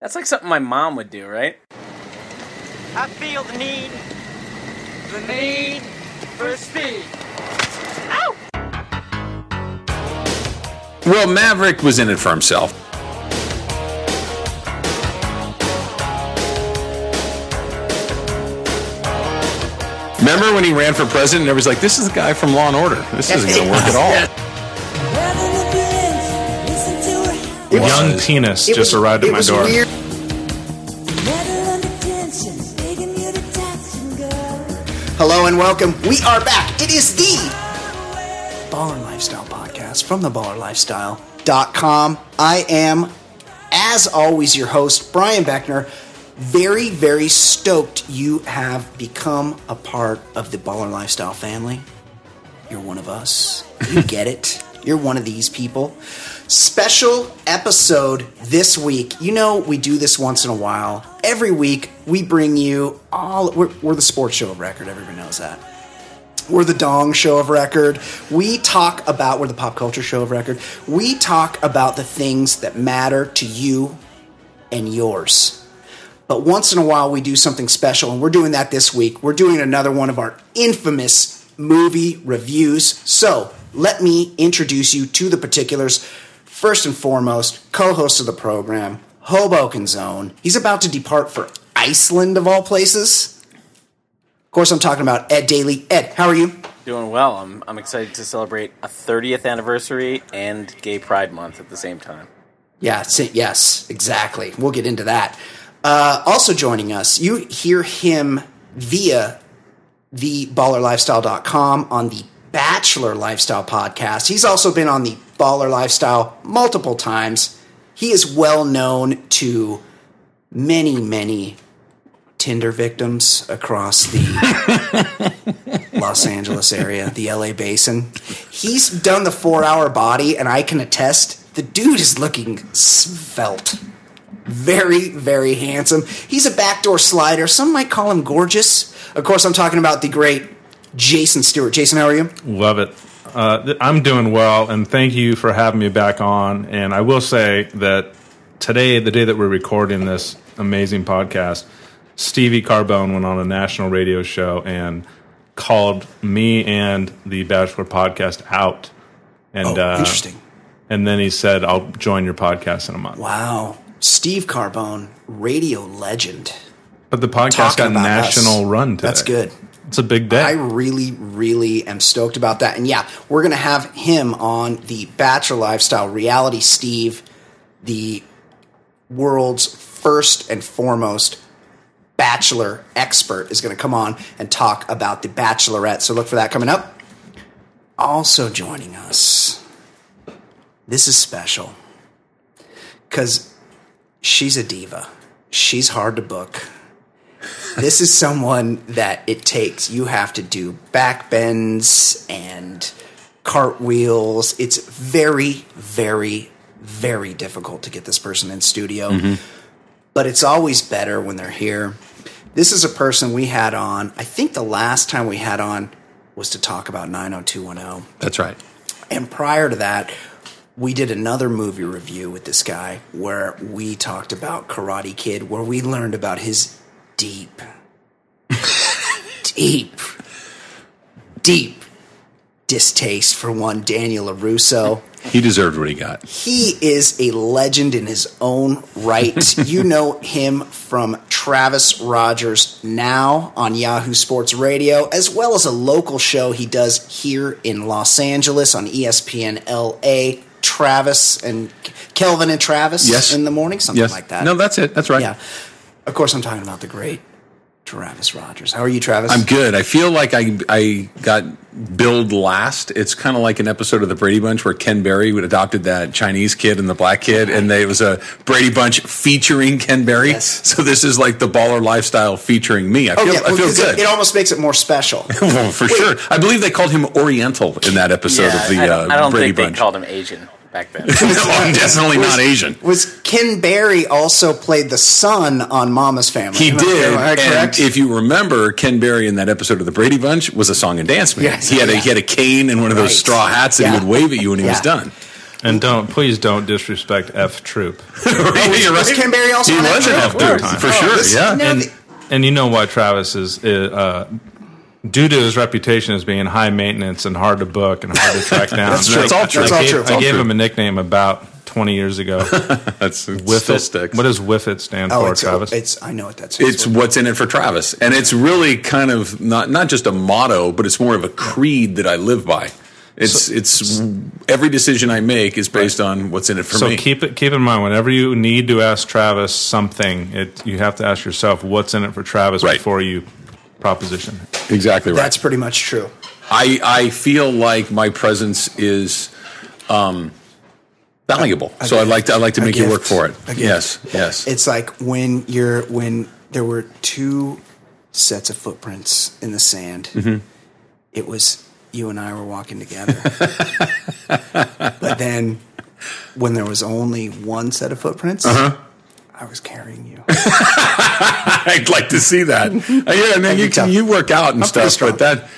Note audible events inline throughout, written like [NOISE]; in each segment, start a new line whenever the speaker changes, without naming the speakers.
That's like something my mom would do, right?
I feel the need, the need for speed.
Well, Maverick was in it for himself. Remember when he ran for president and everybody's like, this is the guy from Law and Order. This isn't going to work at
[LAUGHS]
all.
It was-
Young penis
it
just
was-
arrived
it
at my
was
door.
weird. Hello and welcome. We are back. It is the Baller Lifestyle Podcast from theballerlifestyle.com. I am, as always, your host, Brian Beckner. Very, very stoked you have become a part of the Baller Lifestyle family. You're one of us. You get it. You're one of these people. Special episode this week. You know, we do this once in a while. Every week, we bring you all. We're, we're the sports show of record. Everybody knows that. We're the Dong Show of Record. We talk about, we're the Pop Culture Show of Record. We talk about the things that matter to you and yours. But once in a while, we do something special, and we're doing that this week. We're doing another one of our infamous movie reviews. So let me introduce you to the particulars. First and foremost, co host of the program, Hoboken's own. He's about to depart for Iceland, of all places. Of course, I'm talking about Ed Daly. Ed, how are you?
Doing well. I'm, I'm excited to celebrate a 30th anniversary and Gay Pride Month at the same time.
Yeah, si- yes, exactly. We'll get into that. Uh, also joining us, you hear him via the ballerlifestyle.com on the Bachelor Lifestyle podcast. He's also been on the Baller Lifestyle multiple times. He is well known to many, many Tinder victims across the Los Angeles area, the LA basin. He's done the four hour body, and I can attest the dude is looking svelte. Very, very handsome. He's a backdoor slider. Some might call him gorgeous. Of course, I'm talking about the great Jason Stewart. Jason, how are you?
Love it. Uh, th- I'm doing well, and thank you for having me back on. And I will say that today, the day that we're recording this amazing podcast, Stevie Carbone went on a national radio show and called me and the Bachelor podcast out. And
Oh,
uh,
interesting.
And then he said, "I'll join your podcast in a month."
Wow. Steve Carbone, radio legend.
But the podcast
Talking
got
about
national
us.
run today.
That's good.
It's a big day.
I really, really am stoked about that. And yeah, we're going to have him on the Bachelor Lifestyle Reality Steve, the world's first and foremost Bachelor expert, is going to come on and talk about the Bachelorette. So look for that coming up. Also joining us, this is special because she's a diva, she's hard to book this is someone that it takes. You have to do back bends and cartwheels. It's very, very, very difficult to get this person in studio, but it's always better when they're here. This is a person we had on. I think the last time we had on was to talk about 90210.
That's right.
And prior to that, we did another movie review with this guy where we talked about Karate Kid, where we learned about his deep, deep, deep distaste for one Daniel LaRusso.
He deserved what he got.
He is a legend in his own right.
[LAUGHS]
you know him from Travis Rogers now on Yahoo Sports Radio, as well as a local show he does here in Los Angeles on E ESPN LA. Travis and Kelvin and Travis
Yes.
in the morning, something
Yes.
like that.
No, that's it. That's right.
yeah. Of course, I'm talking about the great Travis Rogers. How are you, Travis?
I'm good. I feel like I I got billed last. It's kind of like an episode of the Brady Bunch where Ken Berry would adopted that Chinese kid and the black kid, and they, it was a Brady Bunch featuring Ken Berry.
Yes.
So this is like the baller lifestyle featuring me. I
Oh,
feel, I
well,
feel
'cause it-
good.
It, almost makes it more special.
[LAUGHS] Well, for sure. I believe they called him Oriental in that episode of the
I don't,
uh,
I don't
Brady
think
Bunch.
they called him Asian back then.
[LAUGHS] no, I'm definitely not Asian.
Was Ken Barry also played the son on Mama's Family?
He
Am I-
did.
Am I correct?
And if you remember, Ken Berry in that episode of the Brady Bunch was a song and dance man.
Yes,
he had a
yeah.
he had a cane and one of those
Right.
straw hats, and
Yeah.
he would wave at you when he was
Yeah.
done. [LAUGHS]
And don't please don't disrespect F Troop.
You're
Was Ken Berry also
He
on that
was an
trip?
F
Of
Troop
course.
for sure. Yeah.
Oh, No,
and
the-
and you know why Travis is uh, due to his reputation as being high maintenance and hard to book and hard to
[LAUGHS]
track down.
That's true. It's all true.
I
That's
all
gave,
true.
I
It's all
gave
true.
him a nickname about twenty years ago.
[LAUGHS] That's
Whiffet.
still sticks.
What does Whiffet stand
oh,
for,
it's,
Travis?
it's I know what that's.
it's what's in it for Travis, and it's really kind of not not just a motto, but it's more of a creed that I live by. It's it's every decision I make is based on what's in it for
so
me.
keep it keep in mind whenever you need to ask Travis something, it you have to ask yourself what's in it for Travis
Right.
before you proposition.
exactly right.
that's pretty much true.
I I feel like my presence is um, valuable, so I would like to I would like to
A
make you work
gift.
for it.
A gift.
Yes, yes.
It's like when you're when there were two sets of footprints in the sand.
Mm-hmm.
It was you and I were walking together. [LAUGHS] but then when there was only one set of footprints,
Uh-huh.
I was carrying you.
[LAUGHS] I'd like to see
[LAUGHS]
that. Uh, yeah, man,
be
you
tough.
can you work out and
I'm pretty
stuff,
strong.
but that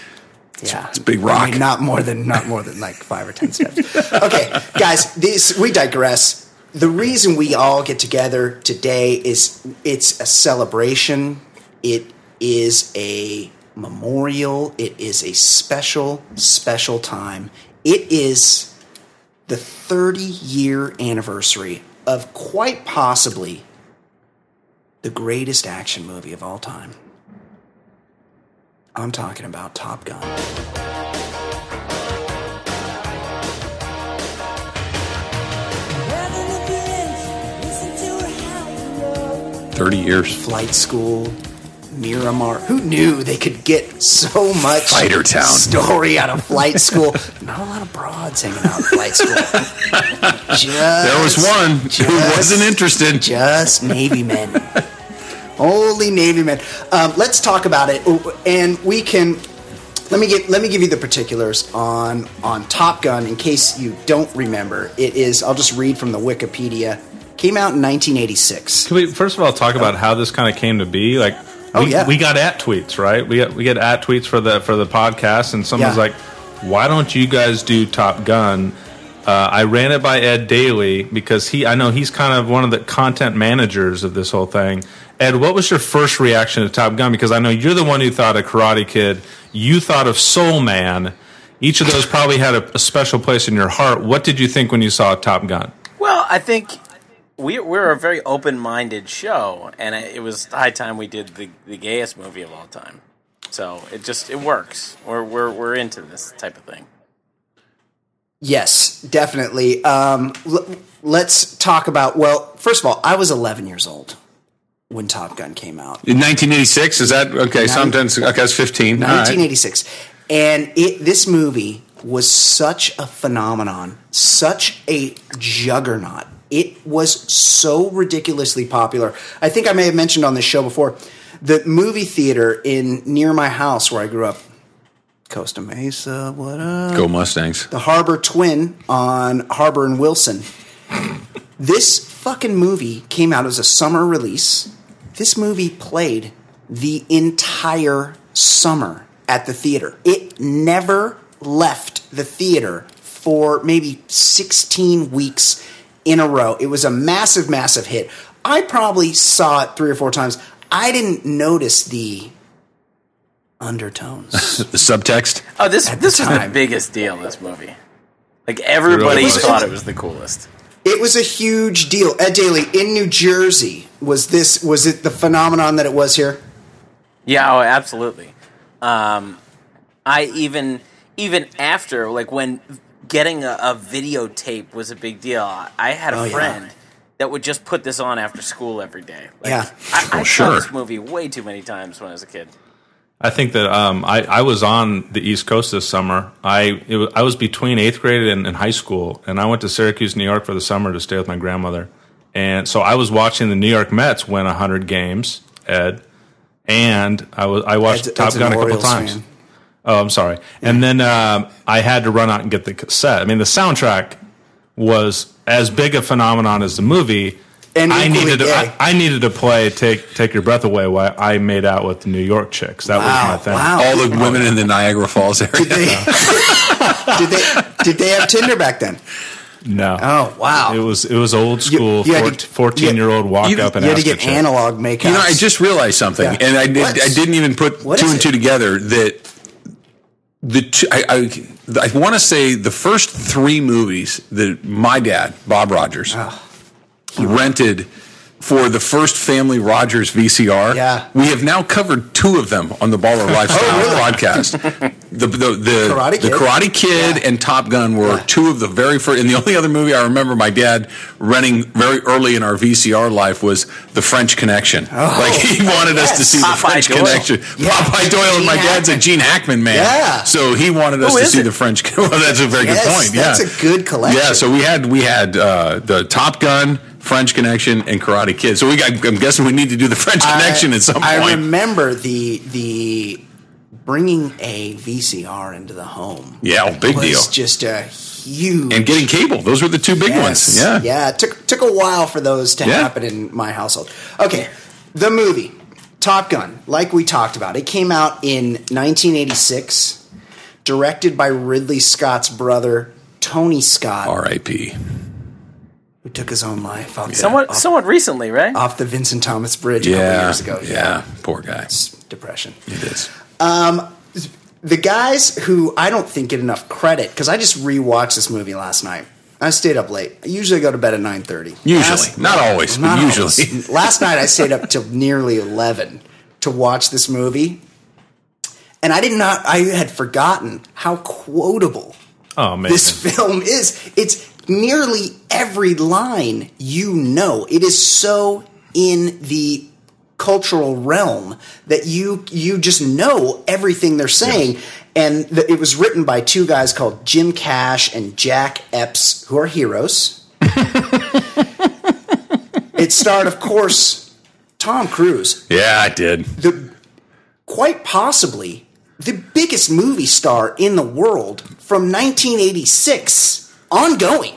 yeah.
it's a big rock.
I mean, not more than not more than like five or ten steps. Okay, guys, this we digress. The reason we all get together today is it's a celebration. It is a memorial. It is a special, special time. It is the 30 year anniversary of quite possibly the greatest action movie of all time. I'm talking about Top Gun.
thirty years
flight school, Miramar. Who knew they could get so much
Fighter Town.
story out of flight school? Not a lot of broads hanging out in
[LAUGHS]
flight school. just,
There was one who
just-
wasn't interested.
Just Navy men. Only Navy men. Um, let's talk about it, and we can. Let me get. Let me give you the particulars on on Top Gun in case you don't remember. It is. I'll just read from the Wikipedia. Came out in 1986.
Can we first of all talk about how this kind of came to be? Like, we,
Oh, yeah.
we got at tweets, right? We got, we get at tweets for the for the podcast, and someone's
Yeah.
like, "Why don't you guys do Top Gun?" Uh, I ran it by Ed Daly because he, I know he's kind of one of the content managers of this whole thing. Ed, what was your first reaction to Top Gun? Because I know you're the one who thought of Karate Kid, you thought of Soul Man. Each of those probably had a, a special place in your heart. What did you think when you saw Top Gun?
Well, I think we, we're a very open minded show, and it it was high time we did the, the gayest movie of all time. So it just it works. We're, we're, we're into this type of thing.
Yes, definitely. Um, l- let's talk about. Well, first of all, I was 11 years old when Top Gun came out,
in 1986. Is that okay? Sometimes okay, I was 15. All right.
1986, and it this movie was such a phenomenon, such a juggernaut. It was so ridiculously popular. I think I may have mentioned on this show before the movie theater in near my house where I grew up, Costa Mesa. What up?
Go Mustangs.
the Harbor Twin on Harbor and Wilson. this fucking movie came out as a summer release. This movie played the entire summer at the theater. It never left the theater for maybe 16 weeks in a row. It was a massive, massive hit. I probably saw it three or four times. I didn't notice the undertones.
The subtext.
Oh, this
At
this
the
was the
time.
biggest deal. This movie, like everybody
It was-
thought it was the coolest.
It was a huge deal. Ed Daly in New Jersey was this was it the phenomenon that it was here?
Yeah, oh, absolutely. Um, I even even after like when getting a, a videotape was a big deal. I had a
Oh, yeah.
friend that would just put this on after school every day. Like,
Yeah.
I, I saw
Well, sure.
this movie way too many times when I was a kid.
I think that um, I, I was on the East Coast this summer. I it was, I was between eighth grade and, and high school, and I went to Syracuse, New York, for the summer to stay with my grandmother. And so I was watching the New York Mets win hundred games, Ed, and I was I watched
Ed's-
Top
Ed's an
Gun a couple
Orioles
times.
fan.
Oh, I'm sorry. And then um, I had to run out and get the cassette. I mean, the soundtrack was as big a phenomenon as the movie.
And
I
equally
needed to,
gay.
I, I needed to play "Take Take Your Breath Away" while I made out with the New York chicks. That
Wow,
was my thing.
wow.
All the women
[LAUGHS]
in the Niagara Falls area.
Did they, did they did they have Tinder back then?
No.
Oh, wow.
It was it was old
You-
school.
you had to-
Fourteen year old walk
you-
up and
you had to
ask
get
for shit.
analog makeup.
You know, I just realized something,
Yeah.
and I, did,
What?
I didn't even put
What
two
is
and
it?
two together. That the two, I, I, I want to say the first three movies that my dad Bob Rogers
Ah.
rented for the first family Rogers VCR.
Yeah. Oh,
we have now covered two of them on the Baller
[LAUGHS]
Lifestyle podcast. The the the
Karate
the
Kid?
Karate Kid
Yeah.
and Top Gun were
Yeah.
two of the very first, and the only other movie I remember my dad running very early in our VCR life was The French Connection.
Oh,
like
[LAUGHS]
he wanted us to
yes.
see The
Popeye
French
Doyle.
Connection.
Yeah.
Popeye Doyle, and my
Gene
dad's a Gene Hackman man.
Yeah.
So he wanted us
Who
to
is
see
it?
The French. [LAUGHS] well, that's a very
Yes,
good point.
that's
yeah,
a good collection.
Yeah. So we had we had uh, the Top Gun, French Connection, and Karate Kid. So we got. I'm guessing we need to do the French Connection at some
I
point.
remember the the bringing a VCR into the home.
yeah, oh, big
was
deal.
just a huge
And getting cable. Those were the two big ones.
Yes.
Yeah.
yeah. It took took a while for those to
Yeah.
happen in my household. Okay, the movie Top Gun, like we talked about, it came out in 1986, directed by Ridley Scott's brother Tony Scott,
R.I.P.
who took his own life off,
Somewhat,
off,
somewhat recently, right?
off the Vincent Thomas Bridge a couple
Yeah.
years ago.
Yeah. Poor guy.
It's depression.
It is.
the guys who I don't think get enough credit because I just rewatched this movie last night. I stayed up late. I usually go to bed at nine thirty.
Usually. Not always, but usually.
[LAUGHS] last night I stayed up till nearly eleven to watch this movie, and I did not. I had forgotten how quotable
Oh man.
this film is. It's nearly every line you know. It is so in the cultural realm that you you just know everything they're saying. And the, it was written by two guys called Jim Cash and Jack Epps, who are heroes. it starred, of course, Tom Cruise,
[LAUGHS] Yeah, I did.
the quite possibly the biggest movie star in the world from 1986 ongoing.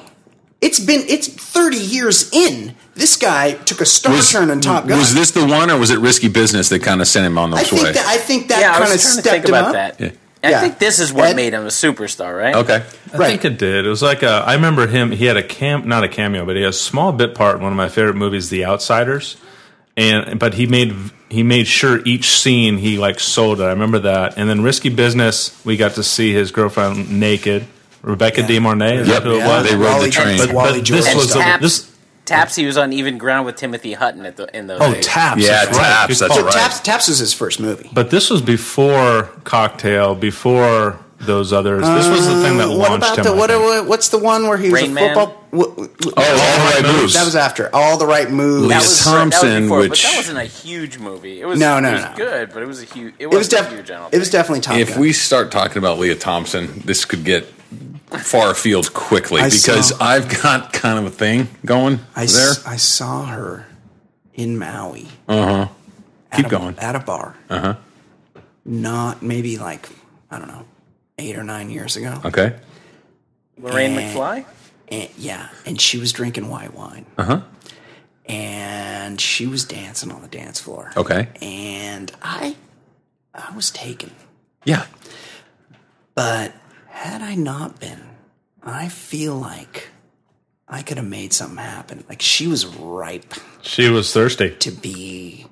It's been it's 30 years in. This guy took a star turn on Top Gun.
Was this the one, or was it risky business that kind of sent him on
I
those
think
way?
that I think that
yeah, I
kind of
was trying to
stepped
think
him
about
up.
that.
Yeah.
I
Yeah.
think this is what
Ed-
made him a superstar, right?
okay.
I think it did. It was like a. I remember him. He had a cam, not a cameo, but he had a small bit part in one of my favorite movies, The Outsiders. And but he made he made sure each scene he like sold it. I remember that. And then Risky Business, we got to see his girlfriend naked, Rebecca De DeMarnay. Is
Yep.
that who
Yeah.
it was?
They rode
Wally-
the train.
But,
Wally
but this
Jordan.
And
was the,
Taps,
this.
Taps, he was on even ground with Timothy Hutton at the in those.
Oh,
days.
Taps.
Yeah,
that's right.
Taps,
Good
that's
call.
right.
Taps Taps was his first movie.
But this was before Cocktail, before those others. This was the thing that launched
Uh, what about
him.
the
I
what,
think.
what- what's the one where he was
Rain
a
Man?
football w- w-
Oh, all the right moves.
That was after. All the right moves.
That
Lisa
was, that
Thompson,
was before,
which-
but that wasn't a huge movie. It was
No, no,
it was
no.
good, but it was a huge. It,
it was
was huge. I
definitely
don't
it was
think.
definitely Top
If
Gun.
we start talking about Leah Thompson, this could get far afield quickly
I
because
saw-
I've got kind of a thing going
I,
there. Oh,
s- I saw her in Maui.
Uh-huh.
at
Keep
a-
going. Uh-huh.
At a bar. Uh huh. Not maybe like, I don't know, eight or nine years ago.
okay.
Lorraine
And-
McFly.
And, yeah. And she was drinking white wine. Uh
Uh-huh.
huh. And she was dancing on the dance floor.
Okay.
And I, I was taken.
Yeah.
But had I not been, I feel like I could have made something happen. Like she was ripe
She was thirsty.
to be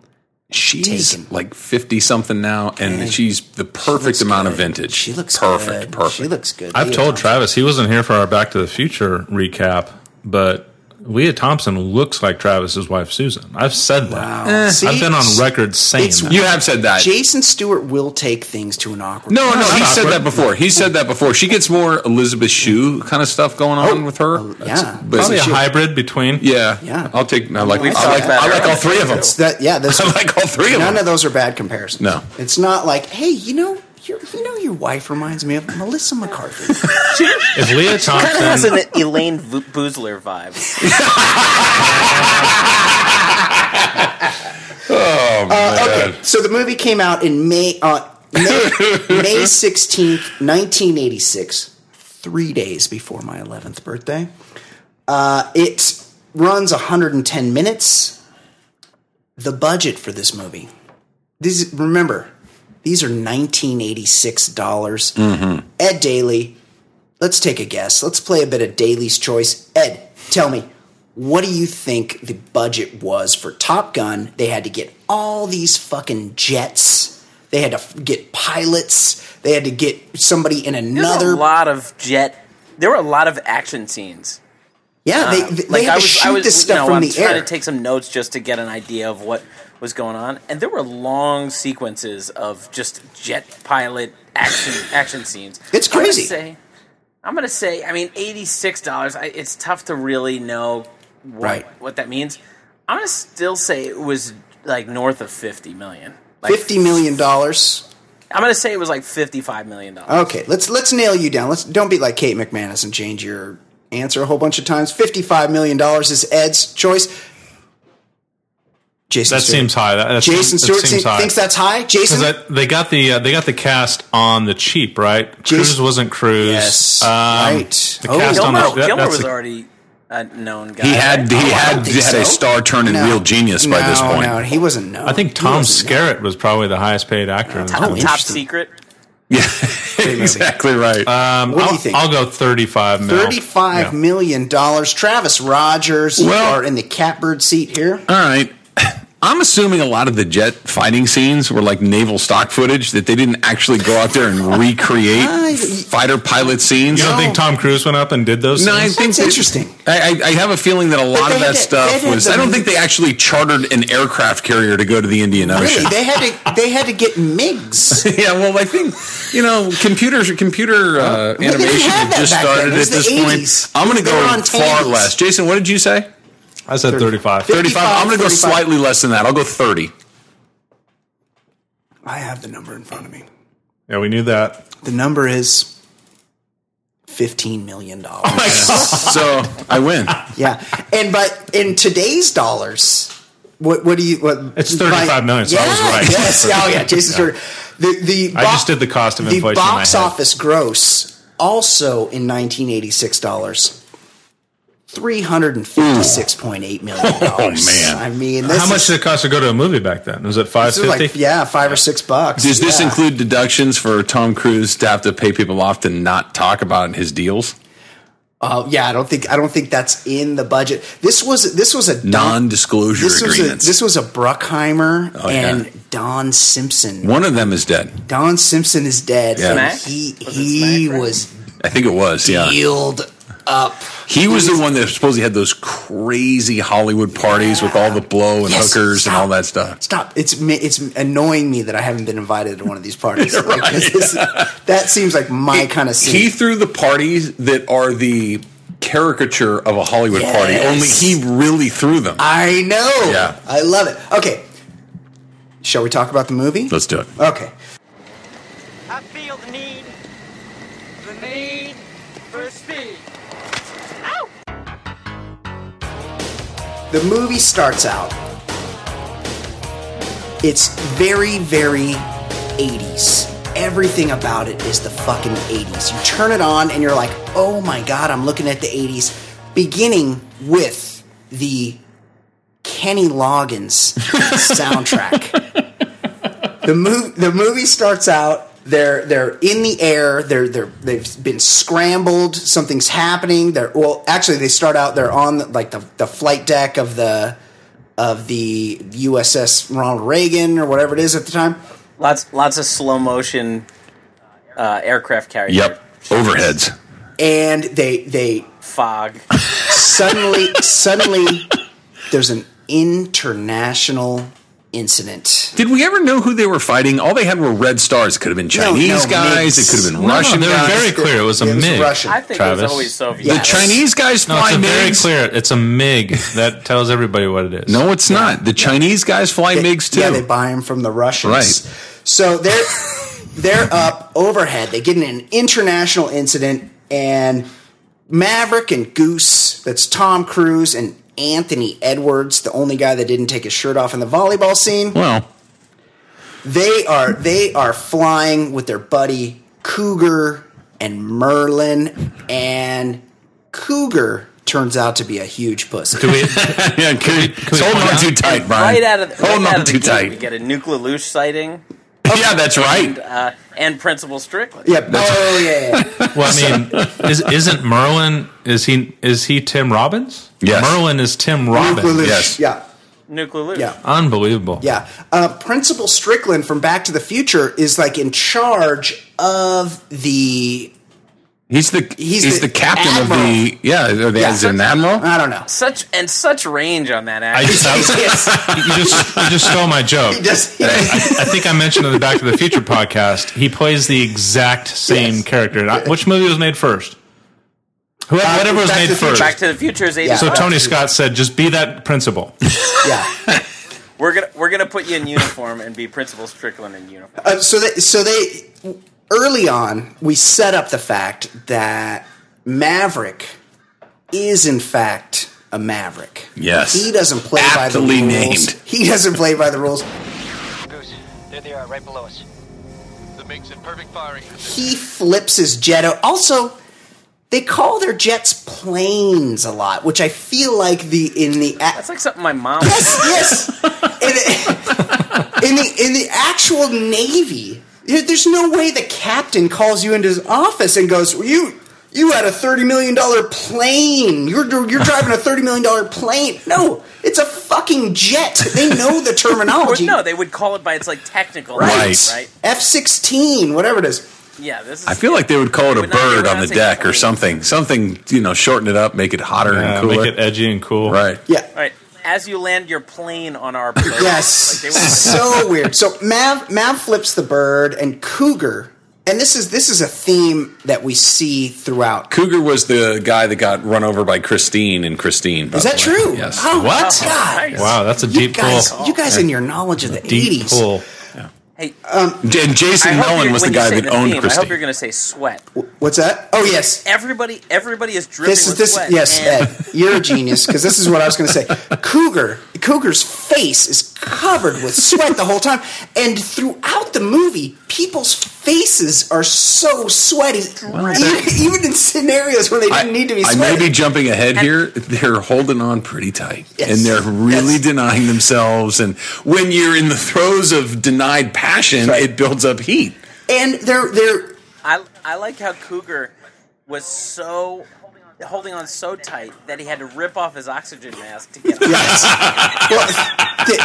She's
Taken.
like fifty something now, and she's the perfect
looks
amount of
good.
vintage.
She looks
perfect.
good.
Perfect.
She looks good.
I've
Leah
told
Thompson.
Travis he wasn't here for our Back to the Future recap, but Leah Thompson looks like Travis's wife Susan. I've said that.
Wow. See,
Eh, I've been on record saying
it's-
that.
you have said that.
Jason Stewart will take things to an awkward.
no, no,
That's
he
not
said
awkward.
that before. He said that before. She gets more Elizabeth Shue kind of stuff going on with her.
Oh, yeah.
but
Probably a
She-
hybrid between.
Yeah,
Yeah.
I'll take. I like. I
We've talked
like,
about
I
it
like all
earlier.
three of them.
It's that yeah.
[LAUGHS]
This
I like all three of
none
them.
of those are bad comparisons.
No.
it's not like hey, you know, your, you know, your wife reminds me of Melissa McCarthy.
[LAUGHS]
If
[LAUGHS]
Leah
Kind of has
Thompson,
an Elaine Vu- Boozler vibe.
okay, so the movie came out in May uh,
[LAUGHS]
May sixteenth, nineteen eighty six. Three days before my eleventh birthday. Uh, it runs hundred and ten minutes. The budget for this movie. These remember, these are nineteen eighty six dollars. Ed Daly, Let's take a guess. Let's play a bit of Daly's Choice. Ed, tell me, what do you think the budget was for Top Gun? They had to get all these fucking jets. They had to f- get pilots. They had to get somebody in
There's
another.
a lot of jet. There were a lot of action scenes.
yeah, they,
Um,
they, they had to shoot this
you
stuff
know,
from
I'm
the
trying
air.
to take some notes just to get an idea of what was going on, and there were long sequences of just jet pilot action action scenes.
It's
I'm gonna
crazy.
say- I'm gonna say, I mean, eighty six dollars. It's tough to really know what,
Right.
what that means. I'm gonna still say it was like north of fifty million. Like,
Fifty million dollars.
I'm gonna say it was like fifty five million dollars.
Okay, let's let's nail you down. Let's don't be like Kate McManus and change your answer a whole bunch of times. Fifty-five million dollars is Ed's choice. Jason
That
Stewart.
seems high. That, that
Jason
seems- that
Stewart
seems
se-
high.
thinks that's high. Jason,
Because they got the uh, they got the cast on the cheap, right? Cruise wasn't Cruise.
Yes.
Um,
Right.
The
Oh,
cast on
Gilmore,
the that,
Gilmore
that's
was
the-
already a known guy.
He had
right?
he
I don't
had
think
had a
so.
star turn and
No.
real genius by this
No,
point.
No, he wasn't. No,
I think Tom Skerritt was probably the highest paid actor in this
top,
movie.
top
Oh, interesting.
secret.
[LAUGHS] Yeah, exactly right.
Uh,
Um,
What do
I'll,
you think?
I'll go thirty-five mil.
Thirty-five million
Yeah.
dollars. Travis Rogers, you
Well-
are in the catbird seat here.
All right. I'm assuming a lot of the jet fighting scenes were like naval stock footage that they didn't actually go out there
[LAUGHS]
and recreate fighter pilot scenes.
You don't think Tom Cruise went up and did those?
No, I
things?
think
That's
that-
interesting.
I, I, I have a feeling that a lot
they
of that
had to- they
stuff
had
was.
the-
I don't think they actually chartered an aircraft carrier to go to the Indian Ocean.
Really, they had to they had to get Migs.
[LAUGHS]
yeah, well, I think you know, computers or computer uh,
they didn't
animation
have
had
that
just
back then.
started
It
at
was
this
the
point.
80s.
I'm going to
They were
go
on
far
tanks.
less. Jason, what did you say?
I said thirty-five.
35. I'm going to go
35.
slightly less than that. I'll go
[LAUGHS]
30.
I have the number in front of me.
Yeah, we knew that.
The number is fifteen million dollars.
Oh
so I win.
Yeah, and but in today's dollars, what what do you what?
It's 35 million, so I was right. [LAUGHS]
Yes, oh yeah, Jason Stewart. The the
I just did the cost of inflation in
The
my
box
head.
office gross also in 1986 dollars. Three hundred and fifty-six point eight million dollars.
man.
I mean, this
Oh, How much
is-
did it cost to go to a movie back then? Was it five
this is
fifty?
like yeah, five or six bucks.
Does this
Yeah.
include deductions for Tom Cruise to have to pay people off to not talk about his deals?
Oh yeah, I don't think I don't think that's in the budget. This was this was a Don-
Non-disclosure
This was a,
agreements. Oh,
this was a Bruckheimer
yeah.
and Don Simpson.
One of them is dead.
Don Simpson is dead,
Yeah.
and
Smack?
he
Was it
he
Smack, right?
was
I think it was. Yeah.
healed up.
He was the one that supposedly had those crazy Hollywood parties with all the blow and
Yes,
hookers and
stop.
all that stuff.
Stop! It's ma- it's annoying me that I haven't been invited to one of these
[LAUGHS]
parties. Like, this is- that seems like my kind of scene.
He threw the parties that are the caricature of a Hollywood
Yes.
party, only he really threw them.
I know.
Yeah.
I love it. Okay, shall we talk about the movie?
Let's do it.
Okay.
I feel the need, the need for speed.
The movie starts out. It's very, very 80s. Everything about it is the fucking 80s. You turn it on and you're like, oh my god, I'm looking at the 80s. Beginning with the Kenny Loggins soundtrack. the, mov- the movie starts out. They're they're in the air. They're they're they've been scrambled. Something's happening. They're well, actually, they start out. They're on like the the flight deck of the of the USS Ronald Reagan or whatever it is at the time.
Lots, lots of slow motion uh, aircraft carrier.
Yep. Overheads.
And they they
[LAUGHS]
Fog.
suddenly [LAUGHS] suddenly there's an international incident.
Did we ever know who they were fighting? All they had were red stars. It could have been Chinese
no,
guys.
MiGs.
It could have been
No,
Russian
no, they were
guys.
very clear. It was a
It was
MiG.
Russian.
I think it
Travis.
was always Soviet.
Yeah.
the Chinese guys
No,
fly
it's a very
MiGs.
clear. It's a MiG that [LAUGHS] tells everybody what it is.
No, it's not. The Chinese guys fly MiGs too.
Yeah, they buy them from the Russians.
Right.
So they're [LAUGHS] they're up overhead. They get in an international incident, and Maverick and Goose. That's Tom Cruise and Anthony Edwards, the only guy that didn't take his shirt off in the volleyball scene.
well,
They are they are flying with their buddy Cougar and Merlin, and Cougar turns out to be a huge pussy.
Do
[LAUGHS]
we,
yeah, could,
we
hold
point
on
out-
too tight, Brian.
Right out of the, right
hold
out
on
of the
too
gate, we
tight.
get a nuclear sighting.
Yeah, that's right.
Uh, and Principal Strickland.
Yeah. Oh yeah.
[LAUGHS]
yeah.
Well, I mean, is, isn't Merlin? Is he? Is he Tim Robbins?
Yes.
Merlin is Tim Robbins.
Luke Lelouch,
yes.
Yeah.
Nuclear Luke.
Yeah.
Unbelievable.
Yeah. Uh, Principal Strickland from Back to the Future is like in charge of the.
He's the
He's
he's,
the
the, captain of
admiral.
the yeah. Or the,
Yeah. Uh-huh.
Is it an admiral?
I don't know.
Such and such range on that
I
actor.
just,
[LAUGHS]
I was-
[LAUGHS]
Yes.
you just, you just stole my
[LAUGHS]
joke.
He does. he does-
I think I mentioned in the Back to the Future podcast, he plays the exact same
Yes.
character. I- Which movie was made first? Whoever,
Uh,
whatever was
Back to
made
the Future.
first.
Back to the Future is eighty.
Yeah.
so
Back
Tony Scott said, "Just be that principal."
yeah.
We're gonna we're gonna put you in uniform and be Principal Strickland in uniform.
Uh, so they, so they early on we set up the fact that Maverick is in fact a Maverick.
Yes.
he doesn't play by
Aptly
the rules.
named.
He doesn't play by the rules.
Goose, there they are, right below us. That makes it perfect firing.
He flips his jet. out. Also, they call their jets planes a lot, which I feel like the in the a-
That's like something my mom.
yes, yes. In, the- in the in the actual Navy, there- there's no way the captain calls you into his office and goes, well, "You you had a thirty million dollar plane. You're you're driving a thirty million dollar plane." No, it's a fucking jet. They know the
Or [LAUGHS]
terminology.
no, they would call it by its like technical
Right.
name, right?
F sixteen, whatever it is.
Yeah, this is.
I feel like they would call it a
Would not be
bird on the
pronouncing
deck
it.
or something. Something you know, shorten it up, make it hotter
Uh,
and cooler.
make it edgy and cool.
right.
Yeah.
All right, as you land your plane on our plane.
Yes.
Like they would,
[LAUGHS] so weird. So Mav Mav flips the bird and Cougar. And this is this is a theme that we see throughout.
Cougar was the guy that got run over by Christine and Christine. by
Is
the
that
way.
true?
Yes.
Oh,
What?
God.
Wow, that's a
You
deep
guys,
pull.
you guys in your knowledge of the
Deep
80s.
pull.
hey,
And Jason
I hope
Mellon
you're-
was the
when you
guy
say
that owned
theme, I hope you're
Christine.
going to say sweat.
What's that? Oh, yes.
Everybody, everybody is dripping
This is
with
this.
sweat.
Yes,
and
Ed, you're a genius because this is what I was going to say. Cougar, Cougar's face is covered with sweat the whole time, and throughout the movie, people's faces are so sweaty, even, even in scenarios where they didn't need to be.
I
Sweaty.
may be jumping ahead here. They're holding on pretty tight,
Yes.
and they're really
Yes.
denying themselves. And when you're in the throes of denied passion,
Right.
it builds up heat.
and they're they're
I, I like how Cougar was so holding on so tight that he had to rip off his oxygen mask to
[LAUGHS]
get. out.
yes. well, they-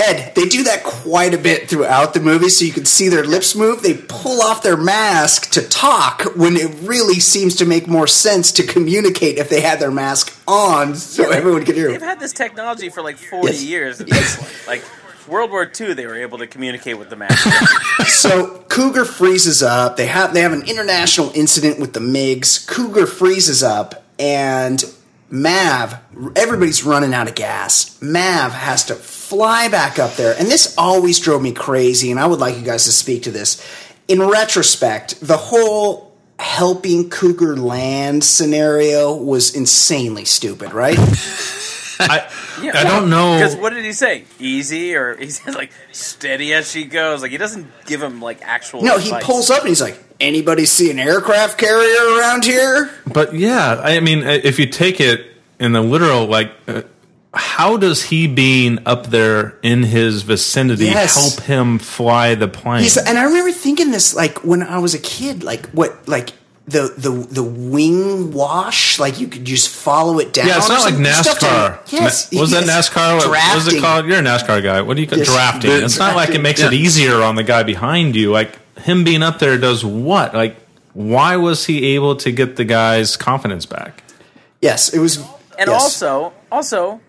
Ed, they do that quite a bit throughout the movie, so you can see their lips move. They pull off their mask to talk when it really seems to make more sense to communicate if they had their mask on, so everyone could hear.
They've had this technology for like forty
Yes.
years. At this point. Like World War II, they were able to communicate with the
[LAUGHS]
mask.
So Cougar freezes up. They have they have an international incident with the Migs. Cougar freezes up, and Mav. Everybody's running out of gas. Mav has to fly back up there, and this always drove me crazy. And I would like you guys to speak to this. In retrospect, the whole helping Cougar land scenario was insanely stupid, right?
I, I don't
Because
know.
what did he say? Easy or he says like steady as she goes. Like he doesn't give him like actual.
No, he
advice.
pulls up and he's like, "Anybody see an aircraft carrier around here?"
But yeah, I mean, i- if you take it in the literal, like, uh, how does he being up there in his vicinity
Yes.
help him fly the plane?
He's- and I remember thinking this like when I was a kid, like what like the the the wing wash, like you could just follow it down.
Yeah, it's
or
not like
something. Oh, Stuff to-
NAScar.
yes,
Na- was that
yes.
NASCAR? What- What was
Drafting.
it called? You're a NASCAR guy. What do you call
Yes.
drafting?
The-
it's not like it makes it
Yeah.
easier on the guy behind you. Like him being up there does what? Like why was he able to get the guy's confidence back?
Yes, it was.
And
yes.
also, also,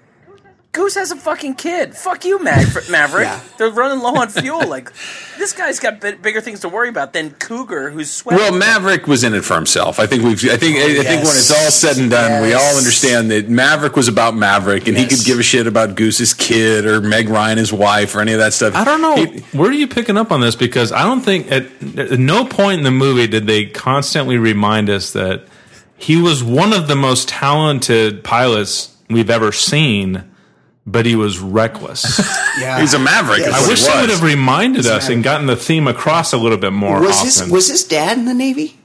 Goose has a fucking kid. Fuck you, Maver- [LAUGHS] Maverick.
Yeah.
They're running low
[LAUGHS]
on fuel. Like this guy's got bi- bigger things to worry about than Cougar, who's sweating.
Well, Maverick was in it for himself. I think we've. I think. I, I think when it's all said and done, we all
Yes.
understand that Maverick was about Maverick, and
Yes.
he could give a shit about Goose's kid or Meg Ryan, his wife, or any of that stuff.
I don't know.
He-
Where are you picking up on this? Because I don't think at, at no point in the movie did they constantly remind us that he was one of the most talented pilots we've ever seen, but he was reckless.
Yeah.
he's a Maverick. is
I
I
what he
wish they
was.
would have reminded us and gotten the theme across a little bit more
was
often.
his was his dad in the Navy?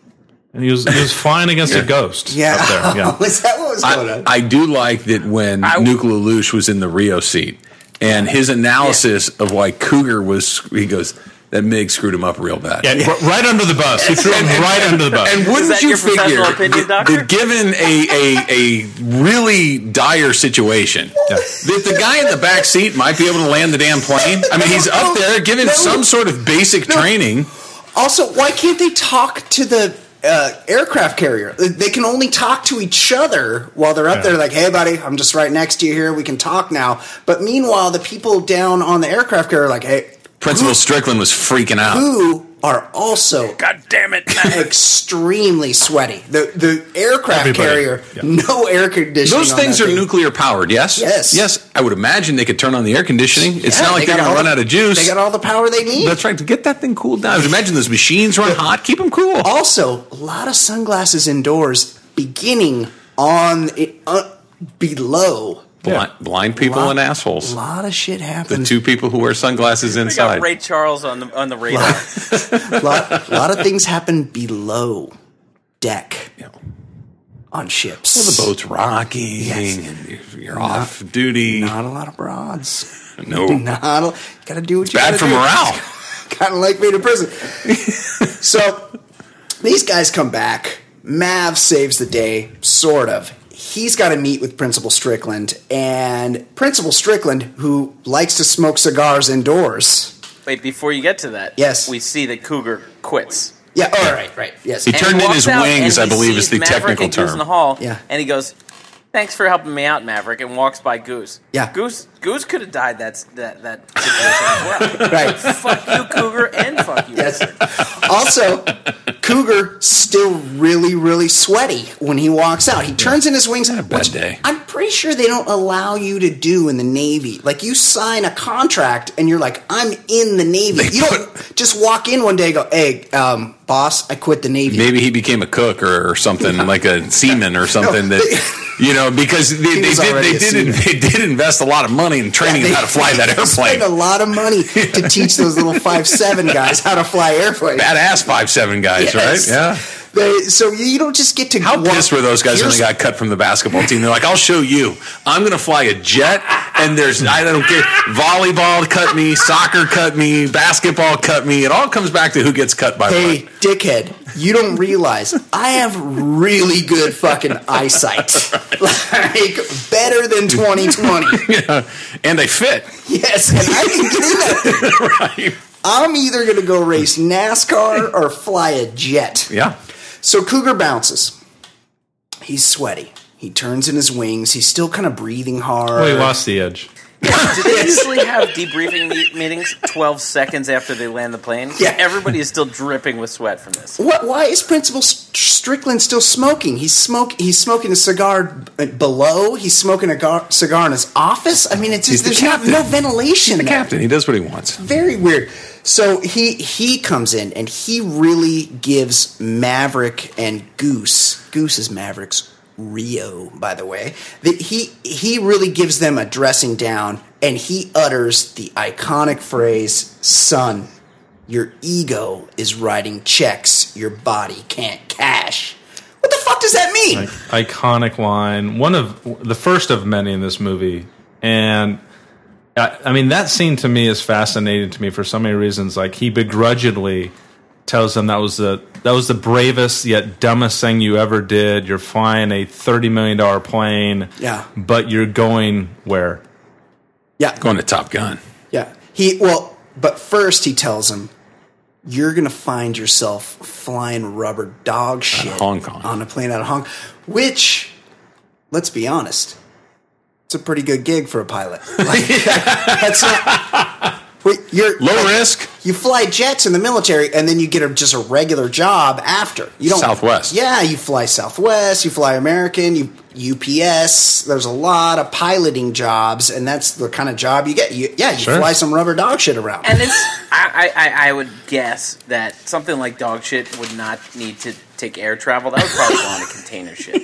and he was he was flying against a ghost.
Yeah,
up
[LAUGHS]
there. Yeah.
was that what was going
I,
on?
I do like that when Nuke Lelouch was in the Rio seat and his analysis of why Cougar was, he goes, that Mig screwed him up real bad.
Yeah, r- right under the bus. He threw him right under the bus.
And
Is
wouldn't
that
you
your professional
figure
opinion,
that,
doctor?
that given a, a, a really dire situation,
Yeah.
that the guy in the back seat might be able to land the damn plane? I mean, he's up there given
No.
some sort of basic training.
Also, why can't they talk to the uh, aircraft carrier? They can only talk to each other while they're up
Yeah.
there. Like, hey, buddy, I'm just right next to you here. We can talk now. But meanwhile, the people down on the aircraft carrier are like, hey,
Principal Strickland was freaking out.
who are
[LAUGHS]
also
God damn it! Matt.
extremely sweaty. The the aircraft
Everybody.
carrier,
Yeah.
no air conditioning.
Those
on
things
that
are
thing.
nuclear powered, yes?
Yes.
Yes. I would imagine they could turn on the air conditioning. It's
Yeah,
not like
got
they're going
all
to run
the-
out of juice.
They got all the power they need.
That's right. To get that thing cooled down, I would imagine those machines run hot. Keep them cool.
also a lot of sunglasses indoors beginning on it uh, below
blind, blind people and assholes.
a lot of shit
The
happens
two people who wear sunglasses
We got
inside.
Ray Charles on the on the radar.
a lot, lot of things happen below deck
You know,
on ships
the boat's rocking, and you're- you're off duty.
not a lot of broads
no,
[LAUGHS] not a, gotta do what you
Oh. bad
gotta
for
do. [LAUGHS]
morale.
kind of like being
[LAUGHS]
in prison. so these guys come back. Mav saves the day, sort of. He's got to meet with Principal Strickland, and Principal Strickland, who likes to smoke cigars indoors.
[LAUGHS] Wait, before you get to that,
Yes.
we see that Cougar quits.
Yeah, all right, right, yes.
He turned in
walks
his
out and
wings,
he
I believe, is
sees
the
Maverick
technical
and Goose in the
term.
hall,
Yeah.
and he goes, "Thanks for helping me out, Maverick," and walks by Goose.
Yeah.
Goose Goose could have died that that that situation as well.
[LAUGHS]
Right.
fuck you, Cougar, and fuck you.
Yes. Also, Cougar still really, really sweaty when he walks out. He turns in his wings. Had
a bad day.
I'm pretty sure they don't allow you to do in the Navy. Like you sign a contract and you're like, I'm in the Navy.
They
you don't just walk in one day and go, Hey, um, boss, I quit the Navy.
Maybe he became a cook or, or something, like a seaman or something
[LAUGHS] No.
that, you know, because they, they,
was
did,
already
they,
a
did,
seaman.
they did invest a lot of money in training him
They-
how to fly that
[LAUGHS] they Spend a
airplane.
lot
[LAUGHS]
of money to teach those little five seven guys how to fly airplanes.
Badass five seven guys,
Yes.
right? Yeah.
They, so you don't just get to
How
walk-
pissed were those guys when they
Here's-
got cut from the basketball team? They're like, "I'll show you. I'm going to fly a jet, and there's I don't care. Volleyball cut me, soccer cut me, basketball cut me. It all comes back to who gets cut by
Hey,
what.
dickhead, you don't realize I have really good fucking eyesight. Like, better than 2020.
And they fit.
Yes, and I can get in that. I'm either going to go race NASCAR or fly a jet.
Yeah.
So Cougar bounces. He's sweaty. He turns in his wings. He's still kind of breathing hard.
Well, he lost the edge.
Do they usually have debriefing me- meetings 12 seconds after they land the plane?
Yeah.
Everybody is still dripping with sweat from this.
What, why is Principal St- Strickland still smoking? He's smoke. He's smoking a cigar b- below. He's smoking a gar- cigar in his office. I mean, it's
He's
just,
the
there's not,
captain.
no ventilation.
The
there.
captain. He does what he wants.
Very weird. So he he comes in and he really gives Maverick and Goose. Goose is Maverick's Rio, by the way. That he he really gives them a dressing down, and he utters the iconic phrase, "Son, your ego is writing checks your body can't cash." What the fuck does that mean?
iconic line, one of the first of many in this movie, and I, I mean that scene to me is fascinating to me for so many reasons. Like he begrudgingly tells them that was the that was the bravest yet dumbest thing you ever did. You're flying a thirty million dollar plane,
Yeah.
but you're going where?
yeah,
Going to Top Gun.
Yeah. He well, but first he tells him, "You're gonna find yourself flying rubber dog shit
Hong Kong.
on a plane out of Hong Kong," which, let's be honest, it's a pretty good gig for a pilot. [LAUGHS] Like, that's not. Wait, you're
Low
like,
risk.
You fly jets in the military, and then you get a, just a regular job after. You don't
Southwest.
Yeah, you fly Southwest. You fly American. You UPS. There's a lot of piloting jobs, and that's the kind of job you get. You, yeah, you
Sure.
fly some rubber dog shit around.
And it's, I, I, I- I would guess that something like dog shit would not need to take air travel. That would probably go on a container ship.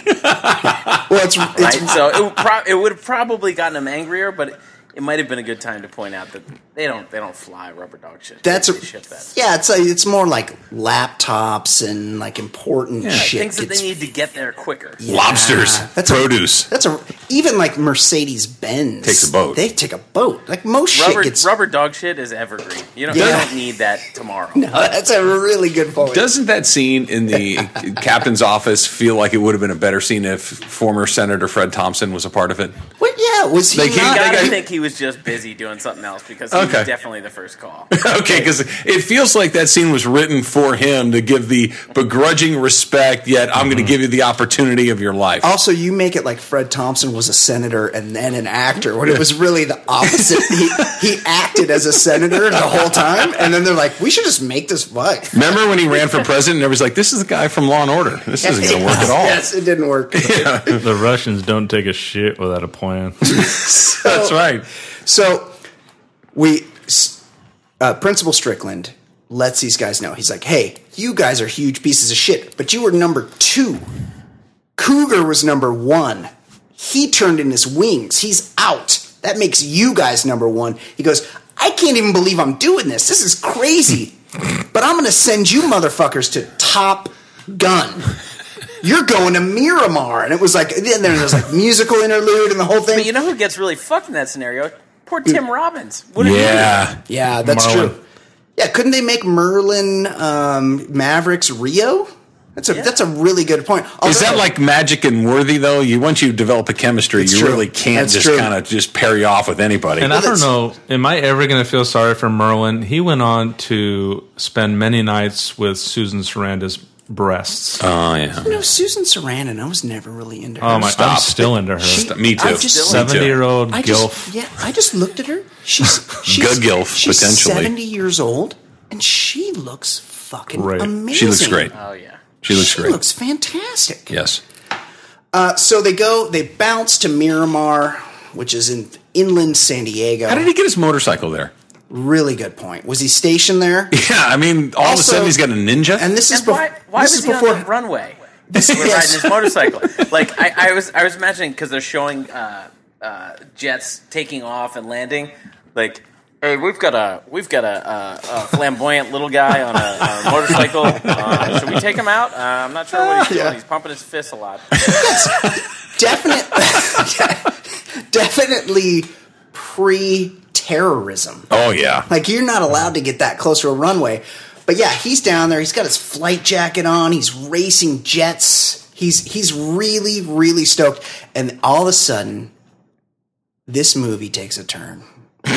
well, [LAUGHS]
[LAUGHS]
it's, it's
Right? So it would, pro- it would have probably gotten him angrier, but it might have been a good time to point out that they don't they don't fly rubber dog shit.
That's
they
a
ship that.
yeah. It's a, it's more like laptops and like important shit.
Things that
gets-
they need to get there quicker.
Lobsters,
That's a-
produce.
That's a even like Mercedes Benz
Takes a boat.
They take a boat. Like most
Rubber
shit gets.
rubber dog shit is evergreen. You don't you
Yeah.
don't need that tomorrow.
[LAUGHS] That's a really good point.
Doesn't that scene in the captain's office feel like it would have been a better scene if former Senator Fred Thompson was a part of it? [LAUGHS]
What- yeah, was he?
They can't-
not-
You
they
gotta
got-
think he was just busy doing something else because he
Okay.
was definitely the first call.
Okay, because it feels like that scene was written for him to give the begrudging respect, yet I'm
Mm-hmm.
going to give you the opportunity of your life.
Also, you make it like Fred Thompson was a senator and then an actor, when it was really the opposite. he, he acted as a senator the whole time, and then they're like, "We should just make this like."
Remember when he ran for president and everybody's like, this is the guy from Law and Order. This isn't going to work at all.
[LAUGHS] Yes, it didn't work.
The Russians don't take a shit without a plan.
That's right.
So we, s- uh, Principal Strickland lets these guys know. He's like, hey, you guys are huge pieces of shit, but you were number two. Cougar was number one. He turned in his wings. He's out. That makes you guys number one. He goes, I can't even believe I'm doing this. This is crazy. but I'm going to send you motherfuckers to Top Gun. You're going to Miramar. And it was like, then there was like musical interlude and the whole thing.
But you know who gets really fucked in that scenario? Poor Tim Robbins. What did he do?
Yeah.
Yeah, that's
Merlin.
true. Yeah, couldn't they make Merlin um, Mavericks Rio? That's a that's a really good point.
Is that
Although-
like magic and worthy though? You once you develop a chemistry,
It's
you
true.
really can't
That's
just
true.
kind of just parry off with anybody.
And I don't know, am I ever going to feel sorry for Merlin? He went on to spend many nights with Susan Sarandon's breasts.
oh yeah,
you know Susan Sarandon? I was never really into her.
oh my!
stop.
I'm still into her.
She-
me too.
I'm just-
Me too.
Seventy-year-old
I
gilf.
just yeah, I just looked at her. She's she's
[LAUGHS] Good gilf,
she's
potentially.
seventy years old, and she looks fucking
Right. She looks
amazing.
She looks great.
Oh yeah.
She looks
She
great.
looks fantastic. Uh,
yes.
So they go, they bounce to Miramar, which is in inland San Diego.
How did he get his motorcycle there?
really good point. Was he stationed there?
[LAUGHS] Yeah, I mean, all of a
Also-
sudden he's got a ninja.
And this is
And why,
bef-
why
this
was
is
he
before
on the
[LAUGHS]
runway? We're riding his motorcycle. Like I, I was, I was imagining because they're showing uh, uh, jets taking off and landing. Like, hey, we've got a, we've got a, a, a flamboyant little guy on a, a
[LAUGHS]
motorcycle. Uh, should we take him out? Uh, I'm not sure what he's doing.
Yeah.
He's pumping his fists a lot.
definite, [LAUGHS] definitely pre-terrorism.
oh yeah,
Like you're not allowed to get that close to a runway. But yeah, he's down there. He's got his flight jacket on. He's racing jets. He's he's really really stoked. And all of a sudden, this movie takes a turn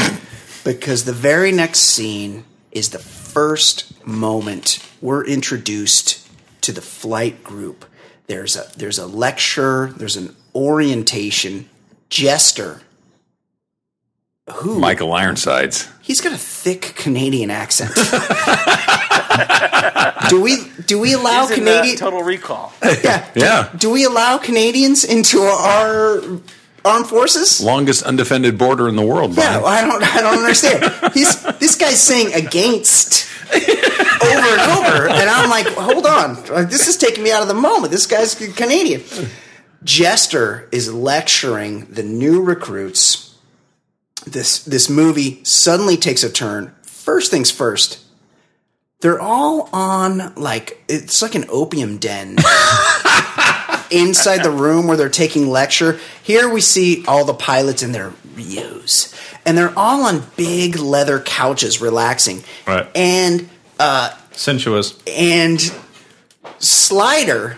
[LAUGHS] because the very next scene is the first moment we're introduced to the flight group. There's a there's a lecture. There's an orientation. Jester
Michael Ironsides.
He's got a thick Canadian accent. [LAUGHS] do we do we allow
He's in, uh,
Canadian
Total Recall.
yeah,
Yeah,
do we allow Canadians into our armed forces?
longest undefended border in the world.
Yeah,
Brian.
I don't I don't understand. He's this guy's saying against over and over and I'm like, "Hold on. Like, This is taking me out of the moment. This guy's Canadian." Jester is lecturing the new recruits this this movie suddenly takes a turn. First things first, they're all on like it's like an opium den inside the room where they're taking lecture. Here we see all the pilots in their Rios, and they're all on big leather couches relaxing.
Right.
And
Sensuous.
and Slider,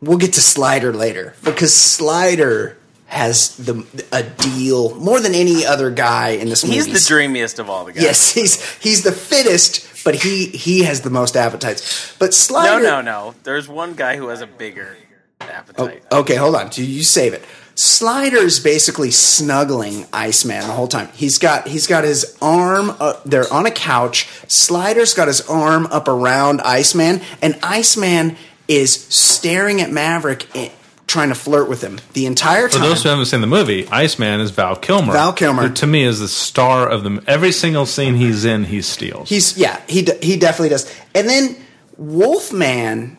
we'll get to Slider later because Slider has the a deal more than any other guy in this movie.
He's the dreamiest of all the guys.
[LAUGHS] Yes, he's he's the fittest, but he he has the most appetites. But
No,
Slider,
no, no. There's one guy who has a bigger appetite.
Okay, hold on. You, you save it. Slider's basically snuggling Iceman the whole time. He's got he's got his arm. Uh, they're on a couch. Slider's got his arm up around Iceman, and Iceman is staring at Maverick, eh, trying to flirt with him the entire
For
time.
those who haven't seen the movie, Iceman is Val Kilmer.
Val Kilmer.
who to me is the star of them. Every single scene he's in, he steals.
He's yeah, he de- he definitely does. And then Wolfman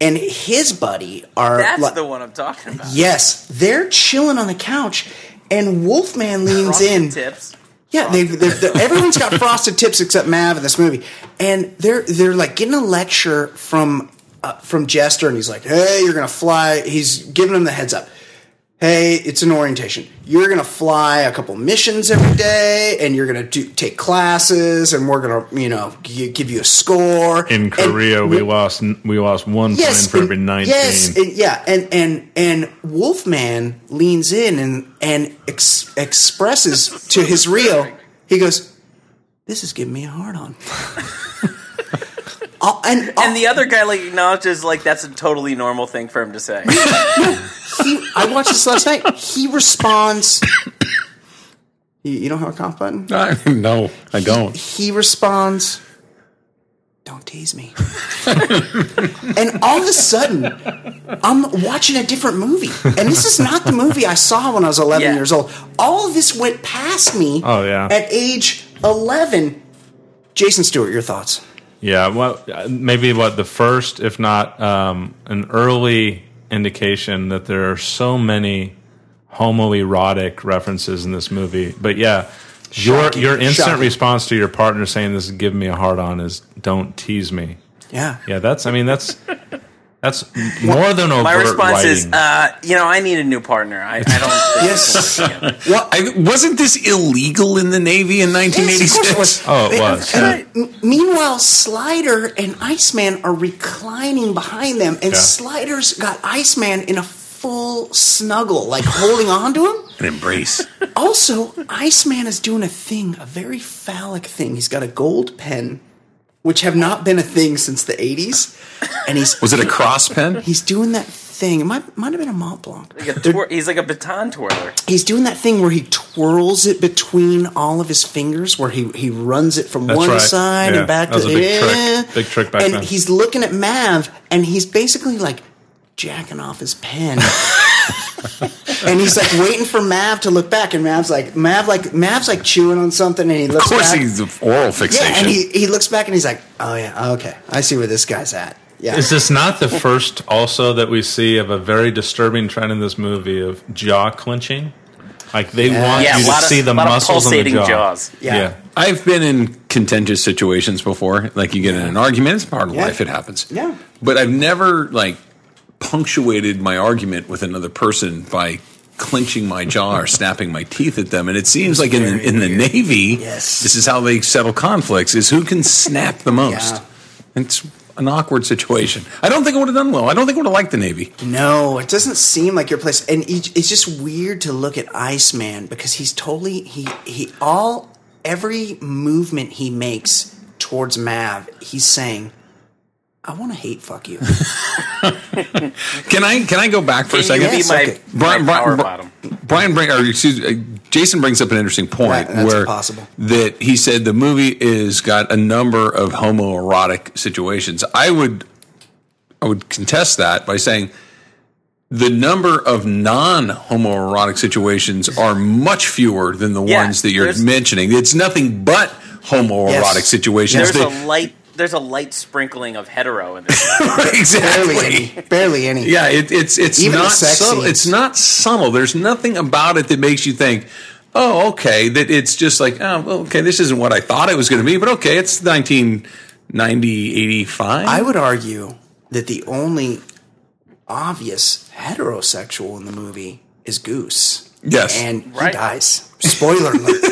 and his buddy are
That's
like-
the one I'm talking about.
Yes, they're chilling on the couch, and Wolfman leans
Frosted
in.
tips.
Yeah, they, they're, they're- everyone's
[LAUGHS]
got frosted tips except Mav in this movie, and they're they're like getting a lecture from uh, from Jester, and he's like, "Hey, you're gonna fly." He's giving him the heads up. Hey, it's an orientation. You're gonna fly a couple missions every day, and you're gonna do, take classes, and we're gonna you know gi- give you a score.
In
And
Korea, we
w-
lost we lost one plane for
and-
every nineteen.
Yes, and- yeah, and and and Wolfman leans in and and ex- expresses to his Rio. He goes, "This is giving me a hard on." [LAUGHS] I'll- and uh,
And the other guy like acknowledges like that's a totally normal thing for him to say.
he, I watched this last night. He responds. you, you don't have a cough button.
I, no, I don't.
he responds, "Don't tease me." [LAUGHS] and all of a sudden, I'm watching a different movie, and this is not the movie I saw when I was 11
Yeah.
years old. All of this went past me.
Oh, yeah.
at age 11. Jason Stewart, your thoughts?
Yeah, well, maybe what the first, if not um, an early indication that there are so many homoerotic references in this movie. But yeah,
Shocking.
your your instant
Shocking.
response to your partner saying this is giving me a hard on is don't tease me.
Yeah,
Yeah, that's I mean that's
[LAUGHS]
that's more than overt
My response is,
writing.
uh, you know, I need a new partner. I, I don't.
[LAUGHS] Yes.
Think yes.
Well, I, wasn't this illegal in the Navy in
Yes, of
1986?
course it was.
[LAUGHS] oh,
[LAUGHS]
it was.
And
yeah.
m- meanwhile, Slider and Iceman are reclining behind them, and
Yeah.
Slider's got Iceman in a full snuggle, like holding on to him.
An embrace.
Also, Iceman is doing a thing, a very phallic thing. He's got a gold pen, which have not been a thing since the 80s. And he's
Was it a cross pen?
he's doing that thing. It might, might have been a Mont Blanc.
Like a twir- he's like a baton twirler.
He's doing that thing where he twirls it between all of his fingers, where he, he runs it from
That's
one
right.
side
Yeah,
and back
that was
to
a big trick.
eh.
Big trick back
And
then.
he's looking at Mav, and he's basically like jacking off his
[LAUGHS]
pen. and he's like waiting for Mav to look back, and Mav's like Mav like Mav's like chewing on something, and he
Of
looks.
course,
back.
he's oral fixation.
Yeah, and he, he looks back and he's like, oh yeah, okay, I see where this guy's at. Yeah,
Is this not the first also that we see of a very disturbing trend in this movie of jaw clenching? Like they want
Yeah,
you
a lot
to
of-
see the
lot of
muscles in the
pulsating
jaw.
jaws.
Yeah.
I've been in contentious situations before. Like you get in an argument, it's part of life, it happens.
Yeah.
But I've never like punctuated my argument with another person by clenching my jaw or snapping my teeth at them. And it seems like in, the- in the Navy,
Yes.
this is how they settle conflicts is who can snap the most. It's an awkward situation. I don't think I would have done well. I don't think I would have liked the Navy.
no, it doesn't seem like your place, and each, it's just weird to look at Iceman because he's totally he he all every movement he makes towards Mav, he's saying, I want to hate
[LAUGHS]
fuck you.
Can I can I go back for a
Can you
second?
be
Yes,
my,
okay.
my
Brian,
power
Brian,
bottom.
Brian bring, or excuse, uh, Jason brings up an interesting point
Right, that's
where
impossible.
that he said the movie is got a number of homoerotic situations. I would I would contest that by saying the number of non-homoerotic situations are much fewer than the
Yeah,
ones that you're
there's-
mentioning. It's nothing but homoerotic
Yes.
situations.
There's a
They-
light. There's a light sprinkling of hetero in this.
[LAUGHS]
barely
exactly.
any, barely any.
Yeah, it, it's it's
Even the
not
sex
subtle.
scenes.
It's not subtle. There's nothing about it that makes you think, oh, okay. That it's just like, oh, well, okay, this isn't what I thought it was going to be, but okay, it's 1990, 85.
I would argue that the only obvious heterosexual in the movie is Goose.
Yes.
And he
Right.
dies.
[LAUGHS]
Spoiler alert.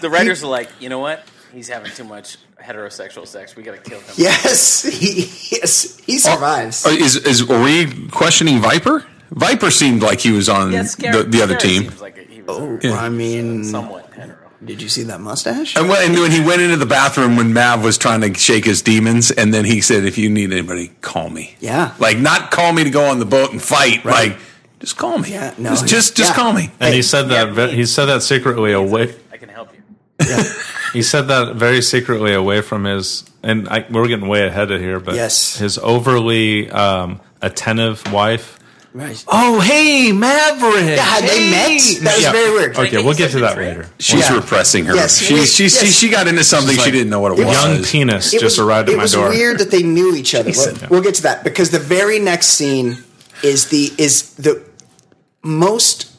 The writers are like, you know what? He's having too much heterosexual sex. We gotta kill him.
yes, he yes, he survives.
Uh, Is is are we questioning Viper? Viper seemed like he was on
Yeah,
Mm, the,
Scar-
the other
Scarab
team.
seems like he was
Oh,
a-
I mean,
somewhat hetero.
did you see that mustache?
And when, and when he went into the bathroom when Mav was trying to shake his demons, and then he said, "If you need anybody, call me."
Yeah.
like not call me to go on the boat and fight. Like just call me.
Yeah, no,
just just, just
yeah.
call me.
And
Hey,
he said that
yeah,
ve- he
please.
said that secretly away.
I can help you.
He said that very secretly away from his. And I, we're getting way ahead of here, but
Yes.
his overly um, attentive wife.
Right.
Oh, hey, Maverick.
Yeah, had they met? That was very weird.
Okay, we'll get to that
Drinking
later.
She's
Yeah.
repressing her.
Yes,
she,
we-
she,
yes.
she, she got into something she didn't know what it, was.
Young penis
It was-
just arrived
it
at my
was
door.
weird that they knew each other.
Jason.
We'll, we'll get to that because the very next scene is the is the most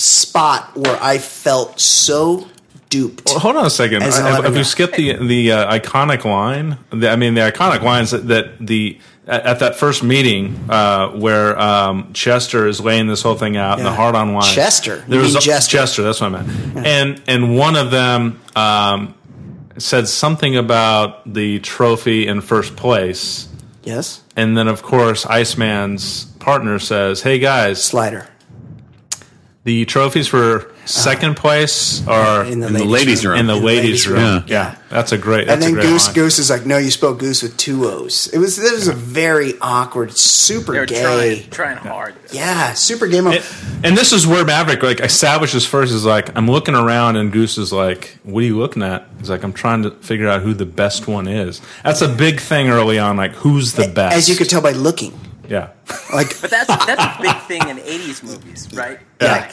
spot where I felt so duped.
Well, hold on a second.
As an
I- I- If
11
you skip the the uh, iconic line, the, I mean the iconic lines that, that the at, at that first meeting uh, where um, Chester is laying this whole thing out, and the
Yeah.
hard on line.
Chester. You
there was
mean
a-
Jester.
Chester. That's what I meant. And and one of them um, said something about the trophy in first place,
Yes,
and then of course Iceman's partner says, "Hey guys,
slider
the trophies for second place are."
Uh-huh. in the,
in the ladies' room.
in the
In the
ladies'
ladies'
room,
room.
Yeah. that's a great. That's
and then
a great
Goose
line.
Goose is like, "No, you spelled goose with two O's." It was it was a very awkward, super
They're
gay.
trying, trying hard.
Yeah, super gay. moment.
And- and this is where Maverick like establishes first is like I'm looking around and Goose is like, "What are you looking at?" He's like, "I'm trying to figure out who the best one is." That's a big thing early on, like who's the best.
As you could tell by looking,
yeah,
like
But that's that's a big thing in '80s movies, right?
[LAUGHS] Yeah.
Like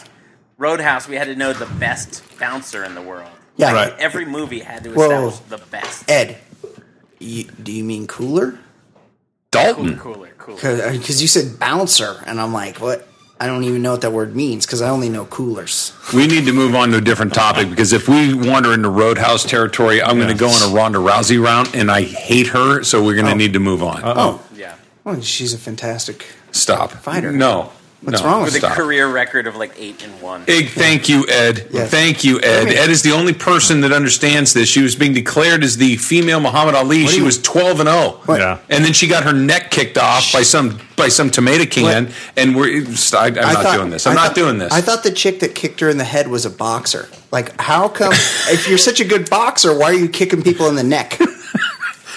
Roadhouse, we had to know the best bouncer in the world.
yeah,
Right.
Every movie had to
Whoa.
establish the best.
Ed. You, do you mean cooler?
Cooler,
Dalton.
cooler, cooler.
Because you said bouncer, and I'm like, what? I don't even know what that word means because I only know coolers.
We need to move on to a different topic because if we wander into Roadhouse territory, I'm going to go on a Ronda Rousey route, and I hate her. So we're going to need to move on.
Oh,
Yeah.
well, she's a fantastic.
Stop.
Fighter.
No.
What's
No.
wrong with
With a
Stop.
career record of like eight and one.
Ig, thank you, Ed.
Yes.
Thank you, Ed.
Okay.
Ed is the only person that understands this. She was being declared as the female Muhammad Ali. She
you-
was twelve and zero.
What?
Yeah.
and then she got her neck kicked off by some by some tomato can. And we're I, I'm
I
not
thought-
doing this. I'm
I
not
thought-
doing this.
I thought the chick that kicked her in the head was a boxer. Like, how come if you're such a good boxer, why are you kicking people in the neck?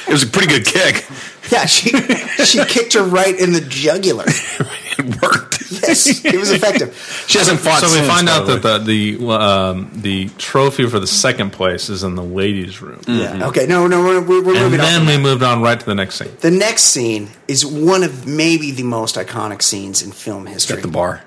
it was a pretty good kick. [LAUGHS]
Yeah, she she kicked her right in the jugular.
It worked.
Yes, it
[LAUGHS]
was effective.
She hasn't fought.
so we [LAUGHS]
since,
find
by
out
the way.
that the the um, the trophy for the second place is in the ladies' room,
Mm-hmm.
Yeah. Okay. No. No. We're, we're, we're
and
moving Mm. on.
then we moved on right to the next scene.
The next scene is one of maybe the most iconic scenes in film history.
at the bar.